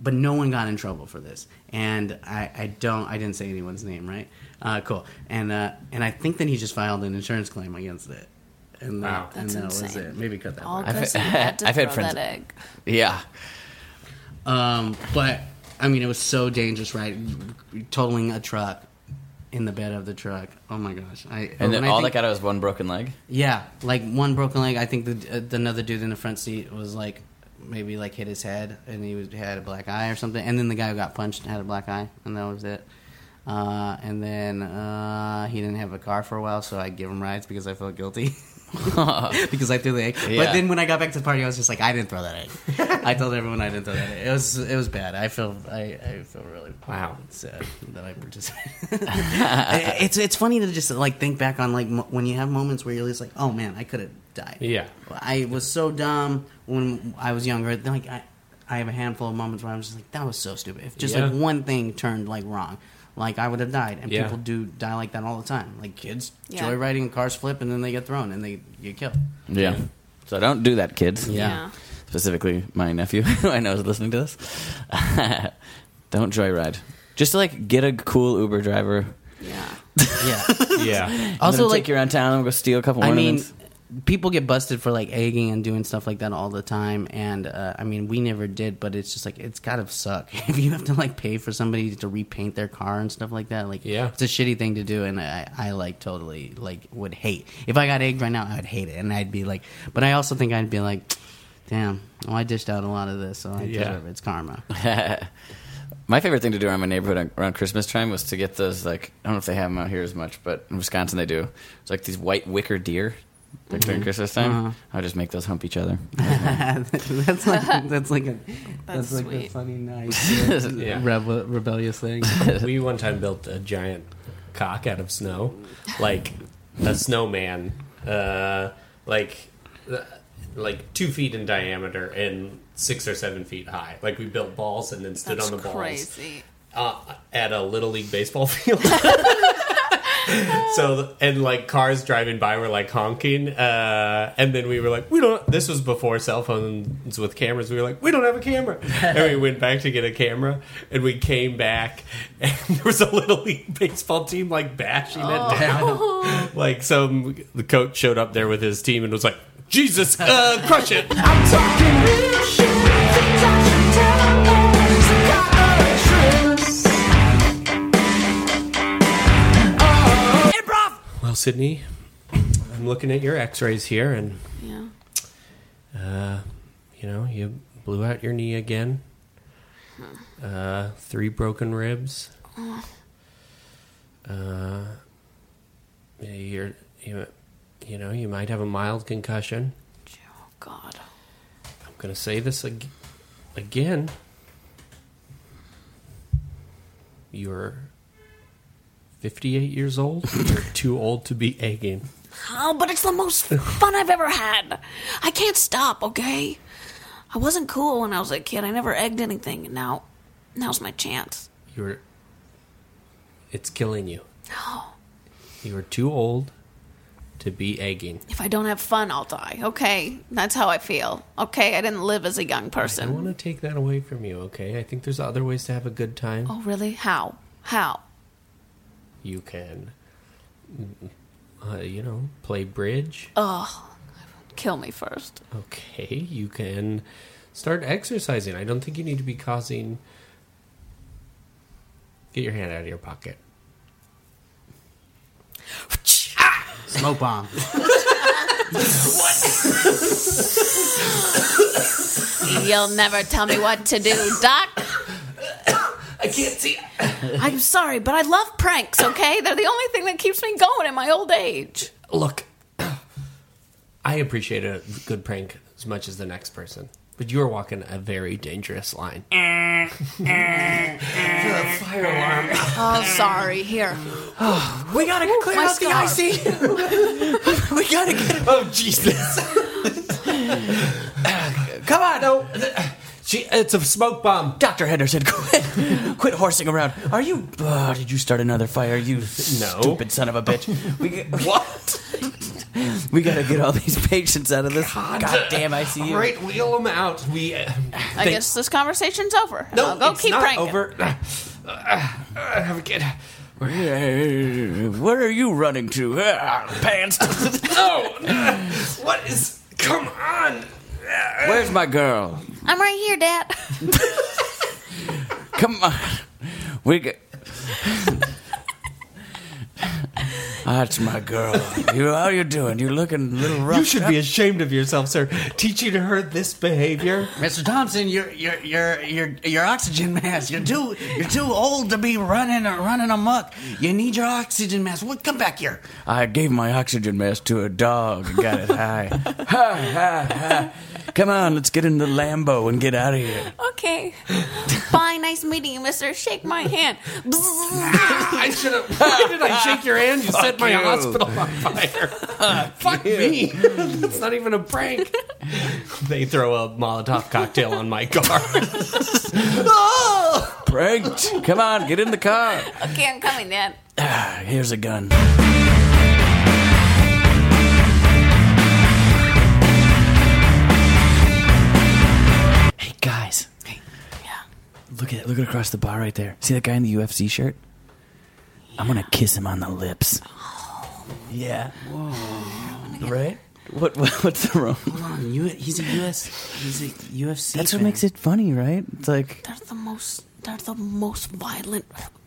S6: but no one got in trouble for this. And I, I don't I didn't say anyone's name right. Uh, cool. And uh, and I think then he just filed an insurance claim against it. And that,
S4: Wow.
S6: and
S5: That's
S6: that was
S5: insane.
S6: it. Maybe cut that.
S5: All
S6: part.
S5: because he had to
S3: I've
S5: throw
S3: had friends-
S5: that egg.
S3: Yeah.
S6: Um, but I mean, it was so dangerous, right? Totaling a truck in the bed of the truck. Oh my gosh! I
S3: And then
S6: when I
S3: all
S6: think-
S3: that got out was one broken leg.
S6: yeah, like one broken leg. I think the, uh, the another dude in the front seat was like maybe like hit his head and he was, had a black eye or something. And then the guy who got punched had a black eye, and that was it. Uh, and then uh, he didn't have a car for a while, so I gave him rides because I felt guilty. because I threw the egg,
S3: Yeah.
S6: but then when I got back to the party, I was just like, I didn't throw that egg. I told everyone I didn't throw that egg. It was it was bad. I feel I, I feel really
S4: Wow.
S6: sad that I participated. I- it's it's funny to just like think back on like mo- when you have moments where you're just like, oh man, I could have died.
S4: Yeah.
S6: I was so dumb when I was younger. Then, Like I, I have a handful of moments where I'm just like, that was so stupid. If just
S4: Yeah.
S6: like one thing turned like wrong, like I would have died. And
S4: Yeah.
S6: people do die like that all the time. Like kids
S5: Yeah.
S6: joyriding, cars flip, and then they get thrown and they get killed.
S3: Yeah. So don't do that, kids.
S6: Yeah.
S5: yeah.
S3: Specifically, my nephew, who I know is listening to this. don't joyride. Just like get a cool Uber driver.
S5: Yeah.
S6: Yeah.
S4: Yeah.
S3: Also, take
S6: also, like
S3: like you around town and go steal a couple
S6: I mean,
S3: ornaments.
S6: people get busted for like egging and doing stuff like that all the time. And uh, I mean, we never did, but it's just like it's gotta suck if you have to like pay for somebody to repaint their car and stuff like that. Like,
S4: Yeah.
S6: it's a shitty thing to do, and I, I like totally like would hate if I got egged right now. I'd hate it, and I'd be like, but I also think I'd be like, damn, well, I dished out a lot of this, so I
S4: Yeah.
S6: deserve it. It's karma.
S3: My favorite thing to do around my neighborhood on- around Christmas time was to get those like I don't know if they have them out here as much, but in Wisconsin they do. It's like these white wicker deer like during Christmas time. I would just make those hump each other.
S6: that's like that's like a that's, like a
S5: sweet.
S6: funny nice
S4: Yeah.
S6: rebel, rebellious thing.
S4: we one time built a giant cock out of snow, like a snowman, uh, like uh, like two feet in diameter and six or seven feet high. Like we built balls and then stood
S5: That's
S4: on the balls
S5: crazy.
S4: uh, at a little league baseball field. So and like cars driving by were like honking, uh, and then we were like, we don't. This was before cell phones with cameras. We were like, we don't have a camera, and we went back to get a camera, and we came back, and there was a little league baseball team like bashing it down. Like some the coach showed up there with his team and was like, Jesus, uh, crush it.
S2: I'm talking real shit. Things I should tell my parents. I got a interest. Oh. Improv.
S4: Well, Sydney, I'm looking at your X-rays here, and
S5: Yeah.
S4: uh, you know you blew out your knee again. uh, three broken ribs. Uh, you're, you, you know, you might have a mild concussion.
S5: Oh, God.
S4: I'm gonna say this ag- again. You're 58 years old. You're too old to be egging.
S5: Oh, but it's the most fun I've ever had. I can't stop, okay? I wasn't cool when I was a kid. I never egged anything, and now, now's my chance.
S4: You're. It's killing you.
S5: No.
S4: You are too old to be egging.
S5: If I don't have fun, I'll die, okay? That's how I feel, okay? I didn't live as a young
S4: I
S5: person.
S4: want to take that away from you, okay? I think there's other ways to have a good time.
S5: Oh, really? How? How?
S4: You can, uh, you know, play bridge.
S5: Oh. Kill me first.
S4: Okay, you can start exercising. I don't think you need to be causing. Get your hand out of your pocket.
S5: Ah,
S6: Smoke bomb.
S5: You'll never tell me what to do, Doc. I can't see. I'm sorry, but I love pranks, okay? They're the only thing that keeps me going in my old age.
S4: Look, I appreciate a good prank as much as the next person, but you're walking a very dangerous line.
S5: Oh, sorry. Here.
S3: We gotta clear
S5: my
S3: out the IC.
S5: scarf.
S3: we gotta get. Oh Jesus! Come on, no.
S4: She, it's a smoke bomb.
S3: Doctor Henderson, quit, quit horsing around. Are you? Oh, did you start another fire? You stupid son of a bitch. We g- what? we gotta get all these patients out of this goddamn ICU.
S4: Right, wheel them out. We uh,
S5: I guess this conversation's over.
S4: no,
S5: I'll go
S4: it's
S5: keep
S4: not
S5: pranking.
S4: over. Uh, uh, have a kid.
S3: Where are you running to? Ah, Pants.
S4: No, uh, what is? Come on.
S3: Where's my girl?
S5: I'm right here, Dad.
S3: Come on. We get. That's my girl. You, how you doing? You looking a little rough.
S4: You should be ashamed of yourself, sir. Teaching her this behavior.
S6: Mr. Thompson, your your your your your oxygen mask. You're too you're too old to be running or running amok. You need your oxygen mask. What? Come back here.
S3: I gave my oxygen mask to a dog and got it high. hi, hi, hi. Come on, let's get in the Lambo and get out of here.
S5: okay. Bye. Nice meeting you, Mister. Shake my hand.
S4: I should have. Why did I shake your hand? You set my
S3: you.
S4: hospital on fire. Fuck me. That's not even a prank. they throw a Molotov cocktail on my car. oh!
S3: Pranked. Come on, get in the car.
S5: okay, I'm coming, Dad.
S3: Ah, Here's a gun. Hey guys. Hey. Yeah. Look at it. Look at across the bar right there. See that guy in the UFC shirt? I'm gonna kiss him on the lips. Yeah. Oh. Whoa. Right? What, what what's the wrong?
S6: Hold on. You, he's a US. He's a UFC.
S3: That's what
S6: fan.
S3: makes it funny, right? It's like
S5: They're the most. They're the most violent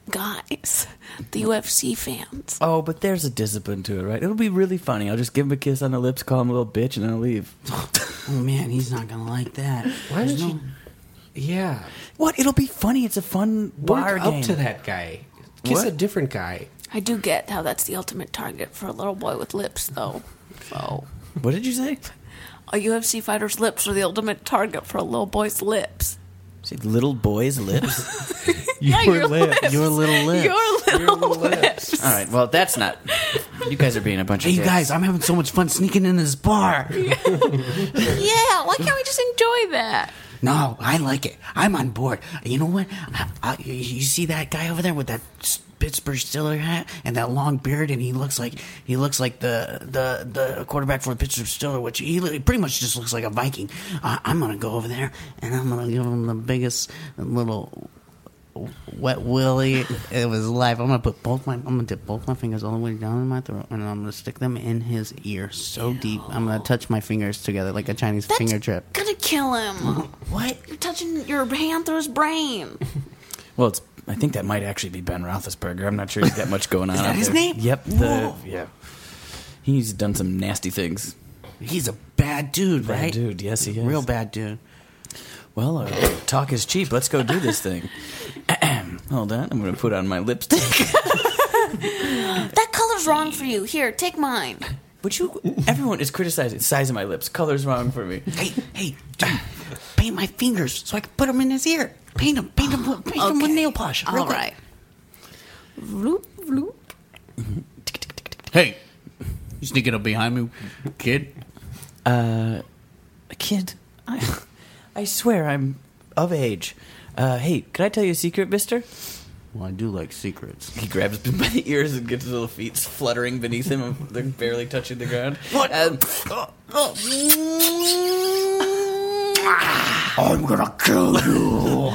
S5: guys. The UFC fans.
S3: oh, but there's a discipline to it, right? It'll be really funny. I'll just give him a kiss on the lips, call him a little bitch, and I'll leave.
S6: Oh man, he's not gonna like that.
S4: Why
S6: There's
S4: did you? Yeah.
S3: What? It'll be funny. It's a fun bar
S4: Work
S3: game.
S4: up to that guy. Kiss
S3: What?
S4: a different guy.
S5: I do get how that's the ultimate target for a little boy with lips, though. So.
S3: What did you say?
S5: A UFC fighter's lips are the ultimate target for a little boy's lips.
S3: Say little boy's lips.
S5: Yeah, your lips.
S6: Your little lips.
S5: Your little lips.
S3: All right. Well, that's not. You guys are being a bunch
S6: Hey,
S3: of
S6: you
S3: dicks.
S6: guys, I'm having so much fun sneaking in this bar.
S5: Yeah, why can't we just enjoy that?
S6: No, I like it. I'm on board. You know what? I, I, you see that guy over there with that s- Pittsburgh Steeler hat and that long beard, and he looks like he looks like the the, the quarterback for the Pittsburgh Steeler, which he, li- pretty much just looks like a Viking. I, I'm gonna go over there and I'm gonna give him the biggest little wet willy of his life. I'm gonna put both my I'm gonna dip both my fingers all the way down in my throat, and I'm gonna stick them in his ear so deep. I'm gonna touch my fingers together like a Chinese
S5: That's
S6: finger trip.
S5: gonna kill him.
S6: What?
S5: You're touching your hand through his brain.
S3: Well, it's. I think that might actually be Ben Roethlisberger. I'm not sure he's got much going on. Is
S6: that his name?
S3: Yep. the-
S6: Whoa.
S3: yeah. He's done some nasty things.
S6: He's a bad dude,
S3: Bad
S6: right?
S3: dude. Yes, he is.
S6: Real bad dude.
S3: well, uh, talk is cheap. Let's go do this thing. Hold on. I'm going to put on my lipstick.
S5: That color's wrong for you. Here, take mine.
S3: Would you? Everyone is criticizing size of my lips. Color's wrong for me.
S6: Hey, hey, dude, paint my fingers so I can put them in his ear. Paint them, paint them, paint them with
S5: Okay.
S6: nail polish. real
S5: All
S6: quick.
S5: right. Roop, roop.
S6: Hey, you sneaking up behind me, kid?
S3: Kid, I, I swear I'm of age. Uh, hey, can I tell you a secret, mister?
S6: Well, I do like secrets.
S3: He grabs him by the ears and gets his little feet fluttering beneath him. They're barely touching the ground. Uh, What?
S6: I'm gonna kill you.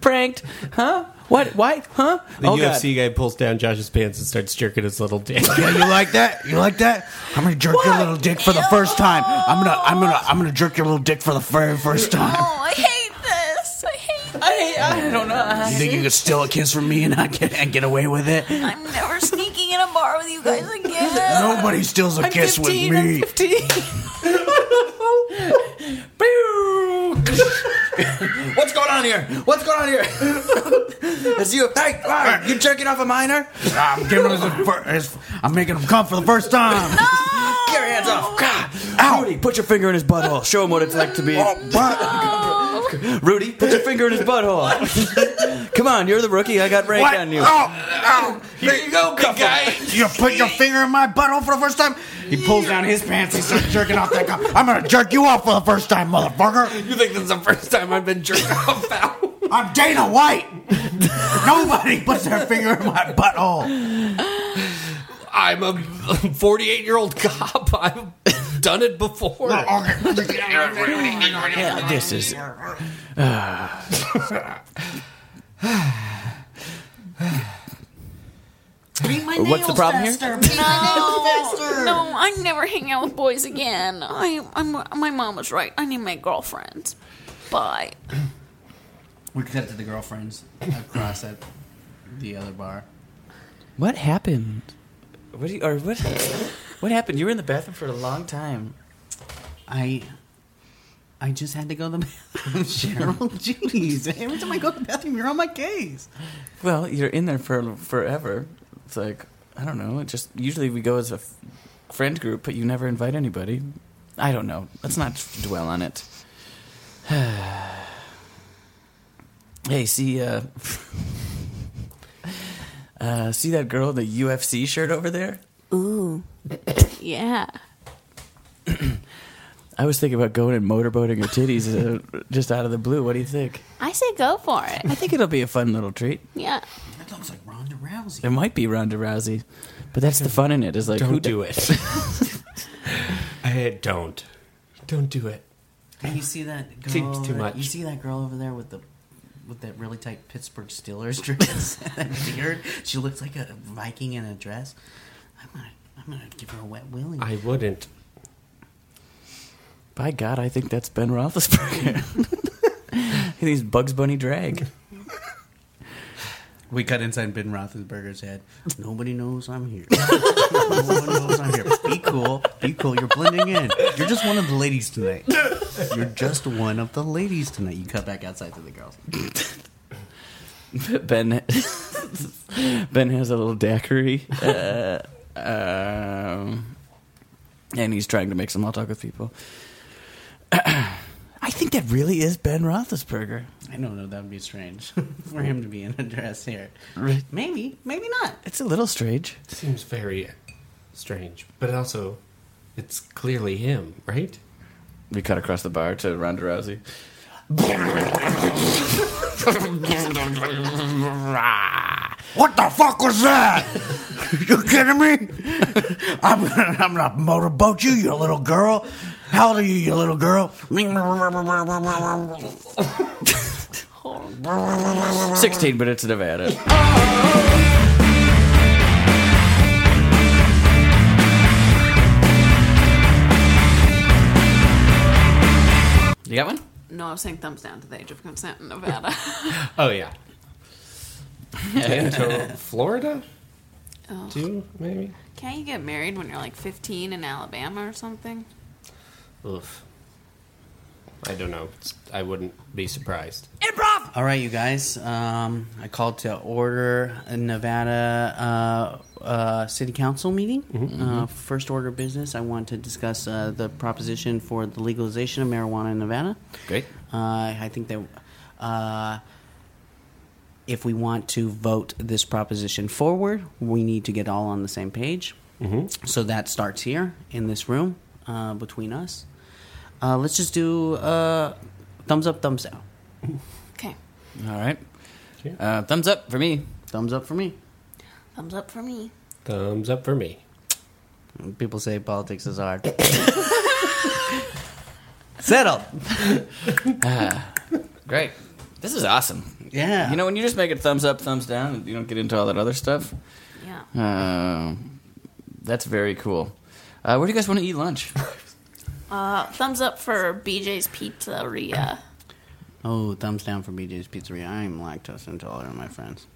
S3: pranked? Huh? What? Why? Huh?
S4: The UFC guy pulls down Josh's pants and starts jerking his little dick.
S6: yeah, you like that? You like that? I'm gonna jerk your little dick for the first time. I'm gonna, I'm gonna, I'm gonna jerk your little dick for the very first time.
S5: Oh, I hate this. I hate this.
S3: I, I don't know.
S6: You think you could steal a kiss from me and not get and get away with it?
S5: I'm never sneaking in a bar with you guys again.
S6: Nobody steals a
S3: I'm
S6: kiss
S3: 15,
S6: with
S3: I'm
S6: me.
S3: 15. Pew! What's going on here? What's going on here? Is you hey, wow, you jerking off a minor?
S6: I'm giving him his, fir- his, I'm making him come for the first time.
S3: Get your hands off! God. Rudy, put your finger in his butthole. Show him what it's like to be.
S6: Oh,
S3: Rudy, put your finger in his butthole. Come on, you're the rookie. I got rank
S6: What?
S3: on you.
S6: Oh, oh,
S3: Here you go, big guy.
S6: You put your finger in my butthole for the first time? He pulls down his pants. He starts jerking off that guy. I'm gonna jerk you off for the first time, motherfucker.
S4: you think this is the first time I've been jerked off out?
S6: I'm Dana White. Nobody puts their finger in my butthole.
S4: I'm a 48 year old cop. I've done it before.
S3: Yeah, this is. What's the problem here?
S5: No, no, I never hang out with boys again. I, I'm, my mom was right. I need my girlfriend. Bye.
S6: We cut it to the girlfriends across at the other bar.
S3: What happened? What do you, or what? What happened? You were in the bathroom for a long time.
S6: I. I just had to go to the bathroom, Cheryl. Jeez, every time I go to the bathroom, you're on my case.
S3: Well, you're in there for forever. It's like I don't know. It just usually we go as a f- friend group, but you never invite anybody. I don't know. Let's not dwell on it. hey, see, uh, uh, see that girl in the UFC shirt over there?
S5: Yeah.
S3: I was thinking about going and motorboating her titties uh, just out of the blue. What do you think?
S5: I say go for it.
S3: I think it'll be a fun little treat.
S5: Yeah.
S6: That looks like Ronda Rousey.
S3: It might be Ronda Rousey, but that's the fun in it. Is like who
S4: Don't do it. I don't. Don't do it.
S6: Hey, you see that girl?
S4: Seems too
S6: over-
S4: much.
S6: You see that girl over there with the with that really tight Pittsburgh Steelers dress and that beard? She looks like a Viking in a dress. I'm gonna, I'm gonna give her a wet willy.
S4: I wouldn't.
S3: By God, I think that's Ben Roethlisberger. He's Bugs Bunny drag.
S6: We cut inside Ben Roethlisberger's head. Nobody knows I'm here. no one knows I'm here. Be cool. Be cool. You're blending in. You're just one of the ladies tonight. You're just one of the ladies tonight. You cut back outside to the girls.
S3: Ben Ben has a little daiquiri, uh, um, and he's trying to make some hot talk with people. I think that really is Ben Roethlisberger.
S6: I don't know. That would be strange for him to be in a dress here.
S3: Right.
S6: Maybe. Maybe not.
S3: It's a little strange.
S4: Seems very strange. But also, it's clearly him, right?
S3: We cut across the bar to Ronda Rousey.
S6: What the fuck was that? you kidding me? I'm gonna, I'm gonna motorboat you, you little girl. How old are you, you little girl?
S3: Sixteen, but it's Nevada. You got one?
S5: No, I was saying thumbs down to the age of consent in Nevada.
S4: Oh, yeah. Tanto, Florida?
S5: Oh.
S4: Two, maybe?
S5: Can't you get married when you're like 15 in Alabama or something?
S4: Oof. I don't know. It's, I wouldn't be surprised.
S6: All right, you guys. Um, I called to order a Nevada uh, uh, City Council meeting. Uh, first order of business. I want to discuss uh, the proposition for the legalization of marijuana in Nevada.
S3: Great.
S6: Uh, I think that uh, if we want to vote this proposition forward, we need to get all on the same page. So that starts here in this room uh, between us. Uh, let's just do uh, thumbs up, thumbs down.
S5: Okay.
S3: All right. Uh, thumbs up for me.
S6: Thumbs up for me.
S5: Thumbs up for me.
S4: Thumbs up for me.
S6: People say politics is hard. Settled.
S3: Great. This is awesome.
S6: Yeah.
S3: You know, when you just make it thumbs up, thumbs down, you don't get into all that other stuff.
S5: Yeah.
S3: Uh, that's very cool. Uh, where do you guys want to eat lunch?
S5: Thumbs up for BJ's Pizzeria.
S6: Oh, thumbs down for BJ's Pizzeria. I'm lactose intolerant, my friends.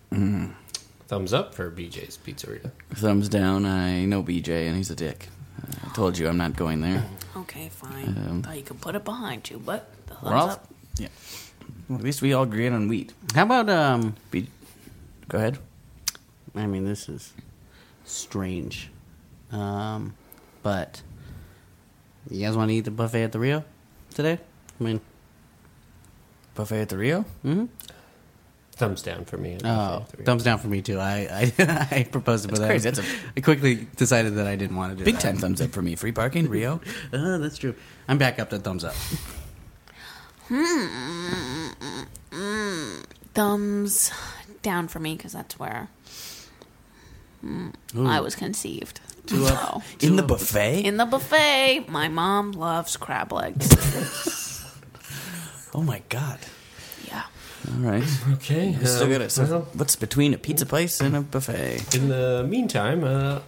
S4: Thumbs up for BJ's Pizzeria.
S3: Thumbs down. I know BJ, and he's a dick. Uh, I told you I'm not going there.
S5: Okay, fine.
S3: Um,
S5: Thought you could put it behind you, but the thumbs
S3: We're all-
S5: up.
S3: Yeah. At least we all agree on wheat.
S6: How about um?
S3: Be- Go ahead.
S6: I mean, this is strange, um, but you guys want to eat the buffet at the Rio today? I mean,
S3: Buffet at the Rio.
S4: Thumbs down for me.
S6: oh, thumbs down for me too. I I, I proposed it, but
S3: That's crazy.
S6: I-
S3: That's a
S6: I quickly decided that I didn't want to do
S3: big
S6: that.
S3: time thumbs up for me. Free parking, Rio.
S6: Uh, that's true. I'm back up to thumbs up.
S5: Thumbs down for me because that's where mm, I was conceived. So,
S3: In the buffet.
S5: in the buffet, my mom loves crab legs.
S3: oh my god.
S5: yeah.
S3: All right.
S4: Okay.
S3: Let's still
S4: um,
S3: get it. So
S4: well,
S3: what's between a pizza place and a buffet?
S4: in the meantime, uh,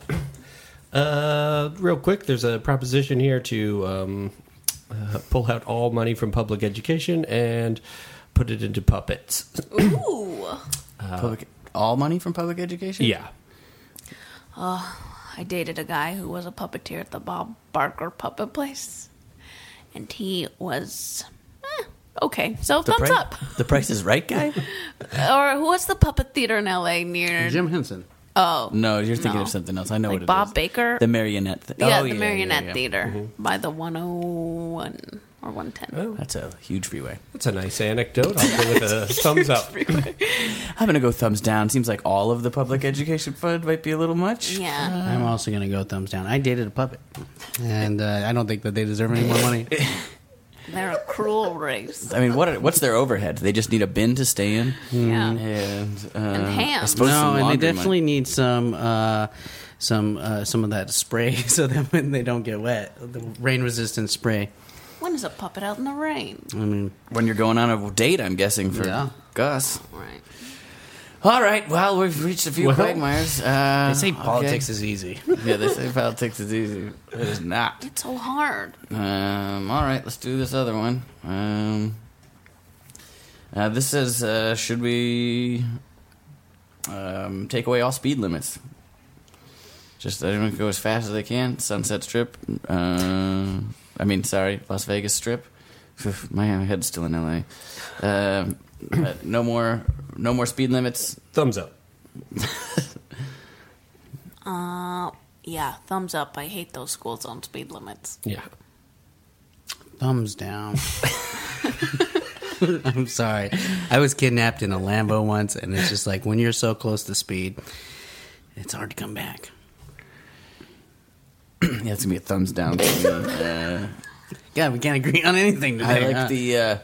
S4: uh, real quick, there's a proposition here to um, uh, pull out all money from public education and put it into puppets.
S5: Ooh,
S3: public, all money from public education.
S4: Yeah.
S5: I dated a guy who was a puppeteer at the Bob Barker puppet place, and he was eh, okay. So
S3: The
S5: thumbs
S3: price,
S5: up.
S3: The Price is Right guy.
S5: Or who was the puppet theater in L.A. near?
S6: Jim Henson.
S5: Oh,
S3: No, you're thinking
S5: No.
S3: of something else. I know
S5: Like
S3: what it
S5: Bob
S3: is.
S5: Baker?
S3: The marionette. Th-
S5: yeah,
S3: Oh,
S5: the Marionette
S3: yeah. Mm-hmm.
S5: Theater by the 101 or 110.
S4: Oh,
S3: That's a huge freeway.
S4: that's a nice anecdote. I'll give it a thumbs up.
S3: I'm gonna go thumbs down. Seems like all of the public education fund might be a little much.
S5: Yeah.
S6: I'm also gonna go thumbs down. I dated a puppet, and uh, I don't think that they deserve any more money.
S5: They're a cruel race.
S3: I mean, what are- what's their overhead? They just need a bin to stay in,
S5: Yeah.
S3: and uh,
S5: ham.
S3: I suppose
S6: Hmm. no,
S3: some
S6: and they
S3: laundry
S6: definitely need some uh, some uh, some of that spray so that when they don't get wet, the rain resistant spray.
S5: When is a puppet out in the rain?
S6: I mean,
S3: might- when you're going on a date. I'm guessing for
S6: Yeah.
S3: Gus.
S5: Right.
S3: All right. Well, we've reached a few
S4: Well,
S3: quagmires. Uh,
S6: they say
S3: okay.
S6: politics is easy.
S3: yeah, they say politics is easy. It is not.
S5: It's so hard.
S3: Um, all right, let's do this other one. Um, uh, this says, uh, should we um, take away all speed limits? Just let everyone go as fast as they can. Sunset Strip. Uh, I mean, sorry, Las Vegas Strip. My head's still in L.A. Um, but no more, no more speed limits.
S4: Thumbs up.
S5: Yeah, thumbs up. I hate those school zone speed limits.
S4: Yeah.
S6: Thumbs down. I'm sorry. I was kidnapped in a Lambo once, and it's just like when you're so close to speed, it's hard to come back.
S3: yeah, it's gonna be a thumbs down. For me. Uh,
S6: Yeah, we can't agree on anything
S3: I
S6: today.
S3: like
S6: huh?
S3: the. Uh,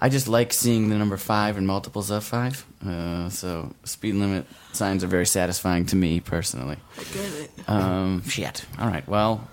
S3: I just like seeing the number five in multiples of five. Uh, so speed limit signs are very satisfying to me personally. I get it. Um, shit. All right. Well,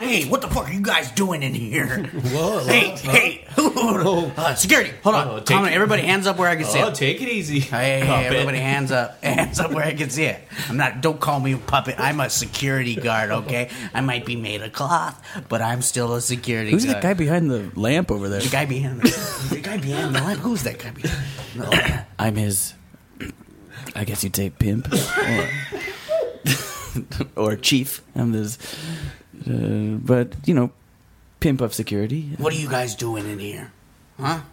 S7: Hey, what the fuck are you guys doing in here?
S4: Whoa.
S7: hey, hey, uh, security,
S6: Hold on,
S4: Oh, take
S6: Comment,
S4: it.
S6: everybody, hands up where I can see.
S4: Oh,
S6: it.
S4: take it easy.
S6: Hey, hey,
S4: puppet.
S6: everybody, hands up.
S7: hands up where I can see it. I'm not. Don't call me a puppet. I'm a security guard. Okay, I might be made of cloth, but I'm still a security. guard.
S3: behind the lamp over there?
S7: The guy behind the, the guy behind the lamp. Who's that guy? Behind? No.
S3: I'm his. I guess you'd say pimp or, or chief. I'm this. Uh, but you know, pimp of security.
S7: What are you guys doing in here?
S4: We're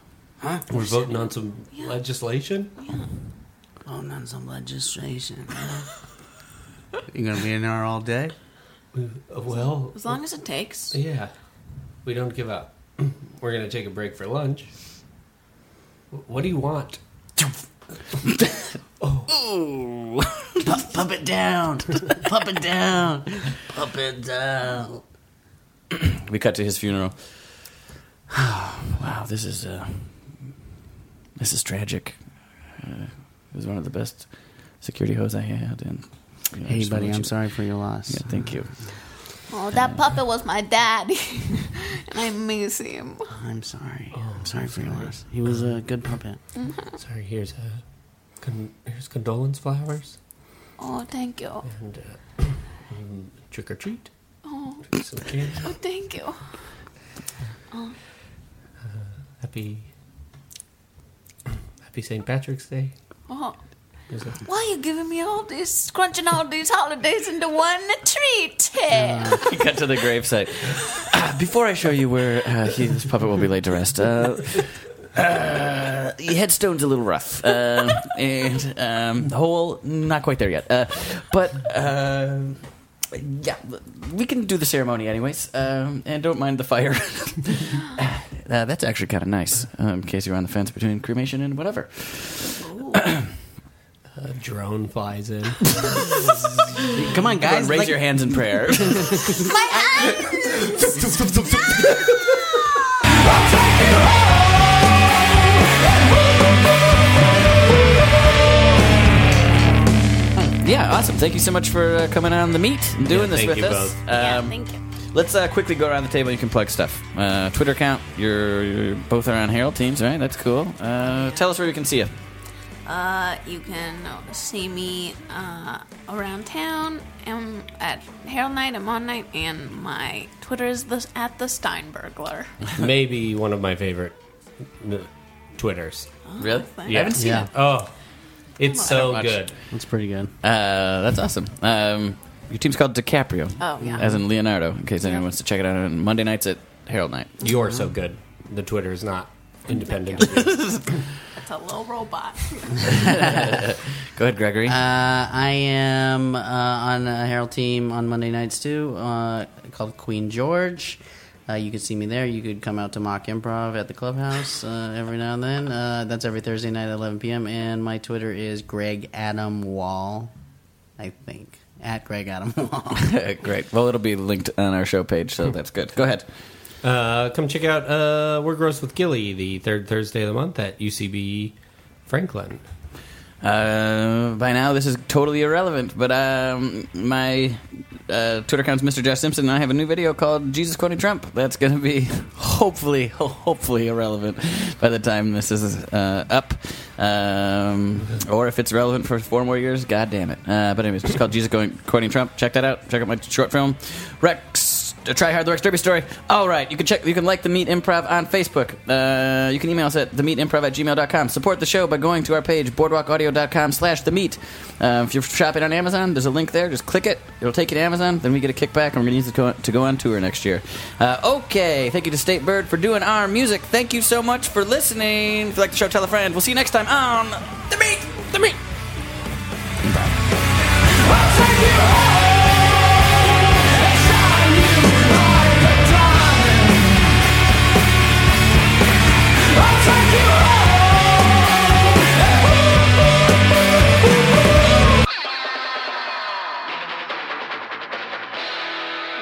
S4: voting on some legislation.
S7: Oh, none some legislation.
S6: You gonna be in there all day?
S4: Uh, Well,
S5: As long as it takes.
S4: yeah, we don't give up. We're gonna take a break for lunch. Wh- What do you want?
S7: Pup, pup it down. pup it down. Pup it down.
S3: We cut to his funeral. wow, this is uh, this is tragic. Uh, it was one of the best security hoes I had, and you know, I
S6: Hey,
S3: just wanna
S6: buddy,
S3: let
S6: I'm
S3: you-
S6: sorry for your loss.
S3: Yeah, thank you.
S5: Oh, that puppet was my daddy, and I miss him.
S6: I'm sorry. I'm sorry for your loss. He was a good puppet.
S4: Sorry, here's a con- here's condolence flowers
S5: Oh, thank you.
S4: and uh, um, trick or treat.
S5: Oh,
S4: Some candy.
S5: oh thank you.
S4: Happy Happy St. Patrick's Day.
S5: Oh,
S4: Is it-
S5: why are you giving me all this, scrunching all these holidays into one treat?
S3: We cut to the gravesite. Ah, before I show you where uh, he, this puppet will be laid to rest, uh, uh, the headstone's a little rough, uh, and um, the hole not quite there yet. Uh, but uh, yeah, we can do the ceremony anyways, um, and don't mind the fire. uh, that's actually kind of nice, um, in case you're on the fence between cremation and whatever.
S4: A drone flies in.
S6: Come on, guys.
S3: Raise
S6: like-
S3: your hands in prayer. Yeah, awesome. Thank you so much for uh, coming on the meet and doing
S4: Yeah,
S3: this
S4: thank
S3: with
S4: you
S3: us.
S4: both.
S5: yeah,
S3: Um,
S5: thank you.
S3: Let's uh, quickly go around the table. You can plug stuff. Uh, Twitter account. You're, you're both are on Herald teams, right? That's cool. Uh, tell us where we can see you.
S5: Uh, you can see me uh, around town um, at Harold Night, I'm on Night, and my Twitter is the, at the Steinbergler.
S4: Maybe one of my favorite n- Twitters.
S3: Really?
S5: Thanks.
S3: I haven't seen
S6: Yeah.
S3: it.
S4: Oh, it's
S5: I
S4: so
S3: watch.
S4: good.
S6: That's pretty good.
S3: Uh, that's awesome. Um, your team's called DiCaprio.
S5: Oh, yeah.
S3: As in Leonardo, in case anyone wants to check it out on Monday nights at Herald Night.
S4: You're
S3: Mm-hmm.
S4: so good. The Twitter is not independent. of you.
S5: That's a little robot.
S3: Go ahead, Gregory.
S6: Uh, I am uh, on a Herald team on Monday nights too, uh, called Queen George. Uh, you can see me there. You could come out to mock improv at the clubhouse uh, every now and then. Uh, that's every Thursday night at 11 p.m. And my Twitter is Greg Adam Wall, I think. At Greg Adam Wall.
S3: Great. Well, it'll be linked on our show page, so that's good. Go ahead.
S4: Uh, come check out uh, We're Gross with Gilly the third Thursday of the month at UCB Franklin.
S3: Uh, by now, this is totally irrelevant, but um, my uh, Twitter account's Mr. Josh Simpson, and I have a new video called Jesus Quoting Trump. That's going to be hopefully, hopefully irrelevant by the time this is uh, up. Um, or if it's relevant for four more years, god damn it. Uh, but anyways, it's called Jesus Going, Quoting Trump. Check that out. Check out my short film, Rex. Uh, Try Hard the Rex Derby Story. All right, you can check. You can like the Meat Improv on Facebook. Uh, you can email us at themeatimprov at gmail.com. Support the show by going to our page boardwalkaudio.com slash the meat. Uh, if you're shopping on Amazon, there's a link there. Just click it. It'll take you to Amazon. Then we get a kickback, and we're going to use it to go, to go on tour next year. Uh, okay, thank you to State Bird for doing our music. Thank you so much for listening. If you like the show, tell a friend. We'll see you next time on the meat. The meat.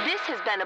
S1: This has been a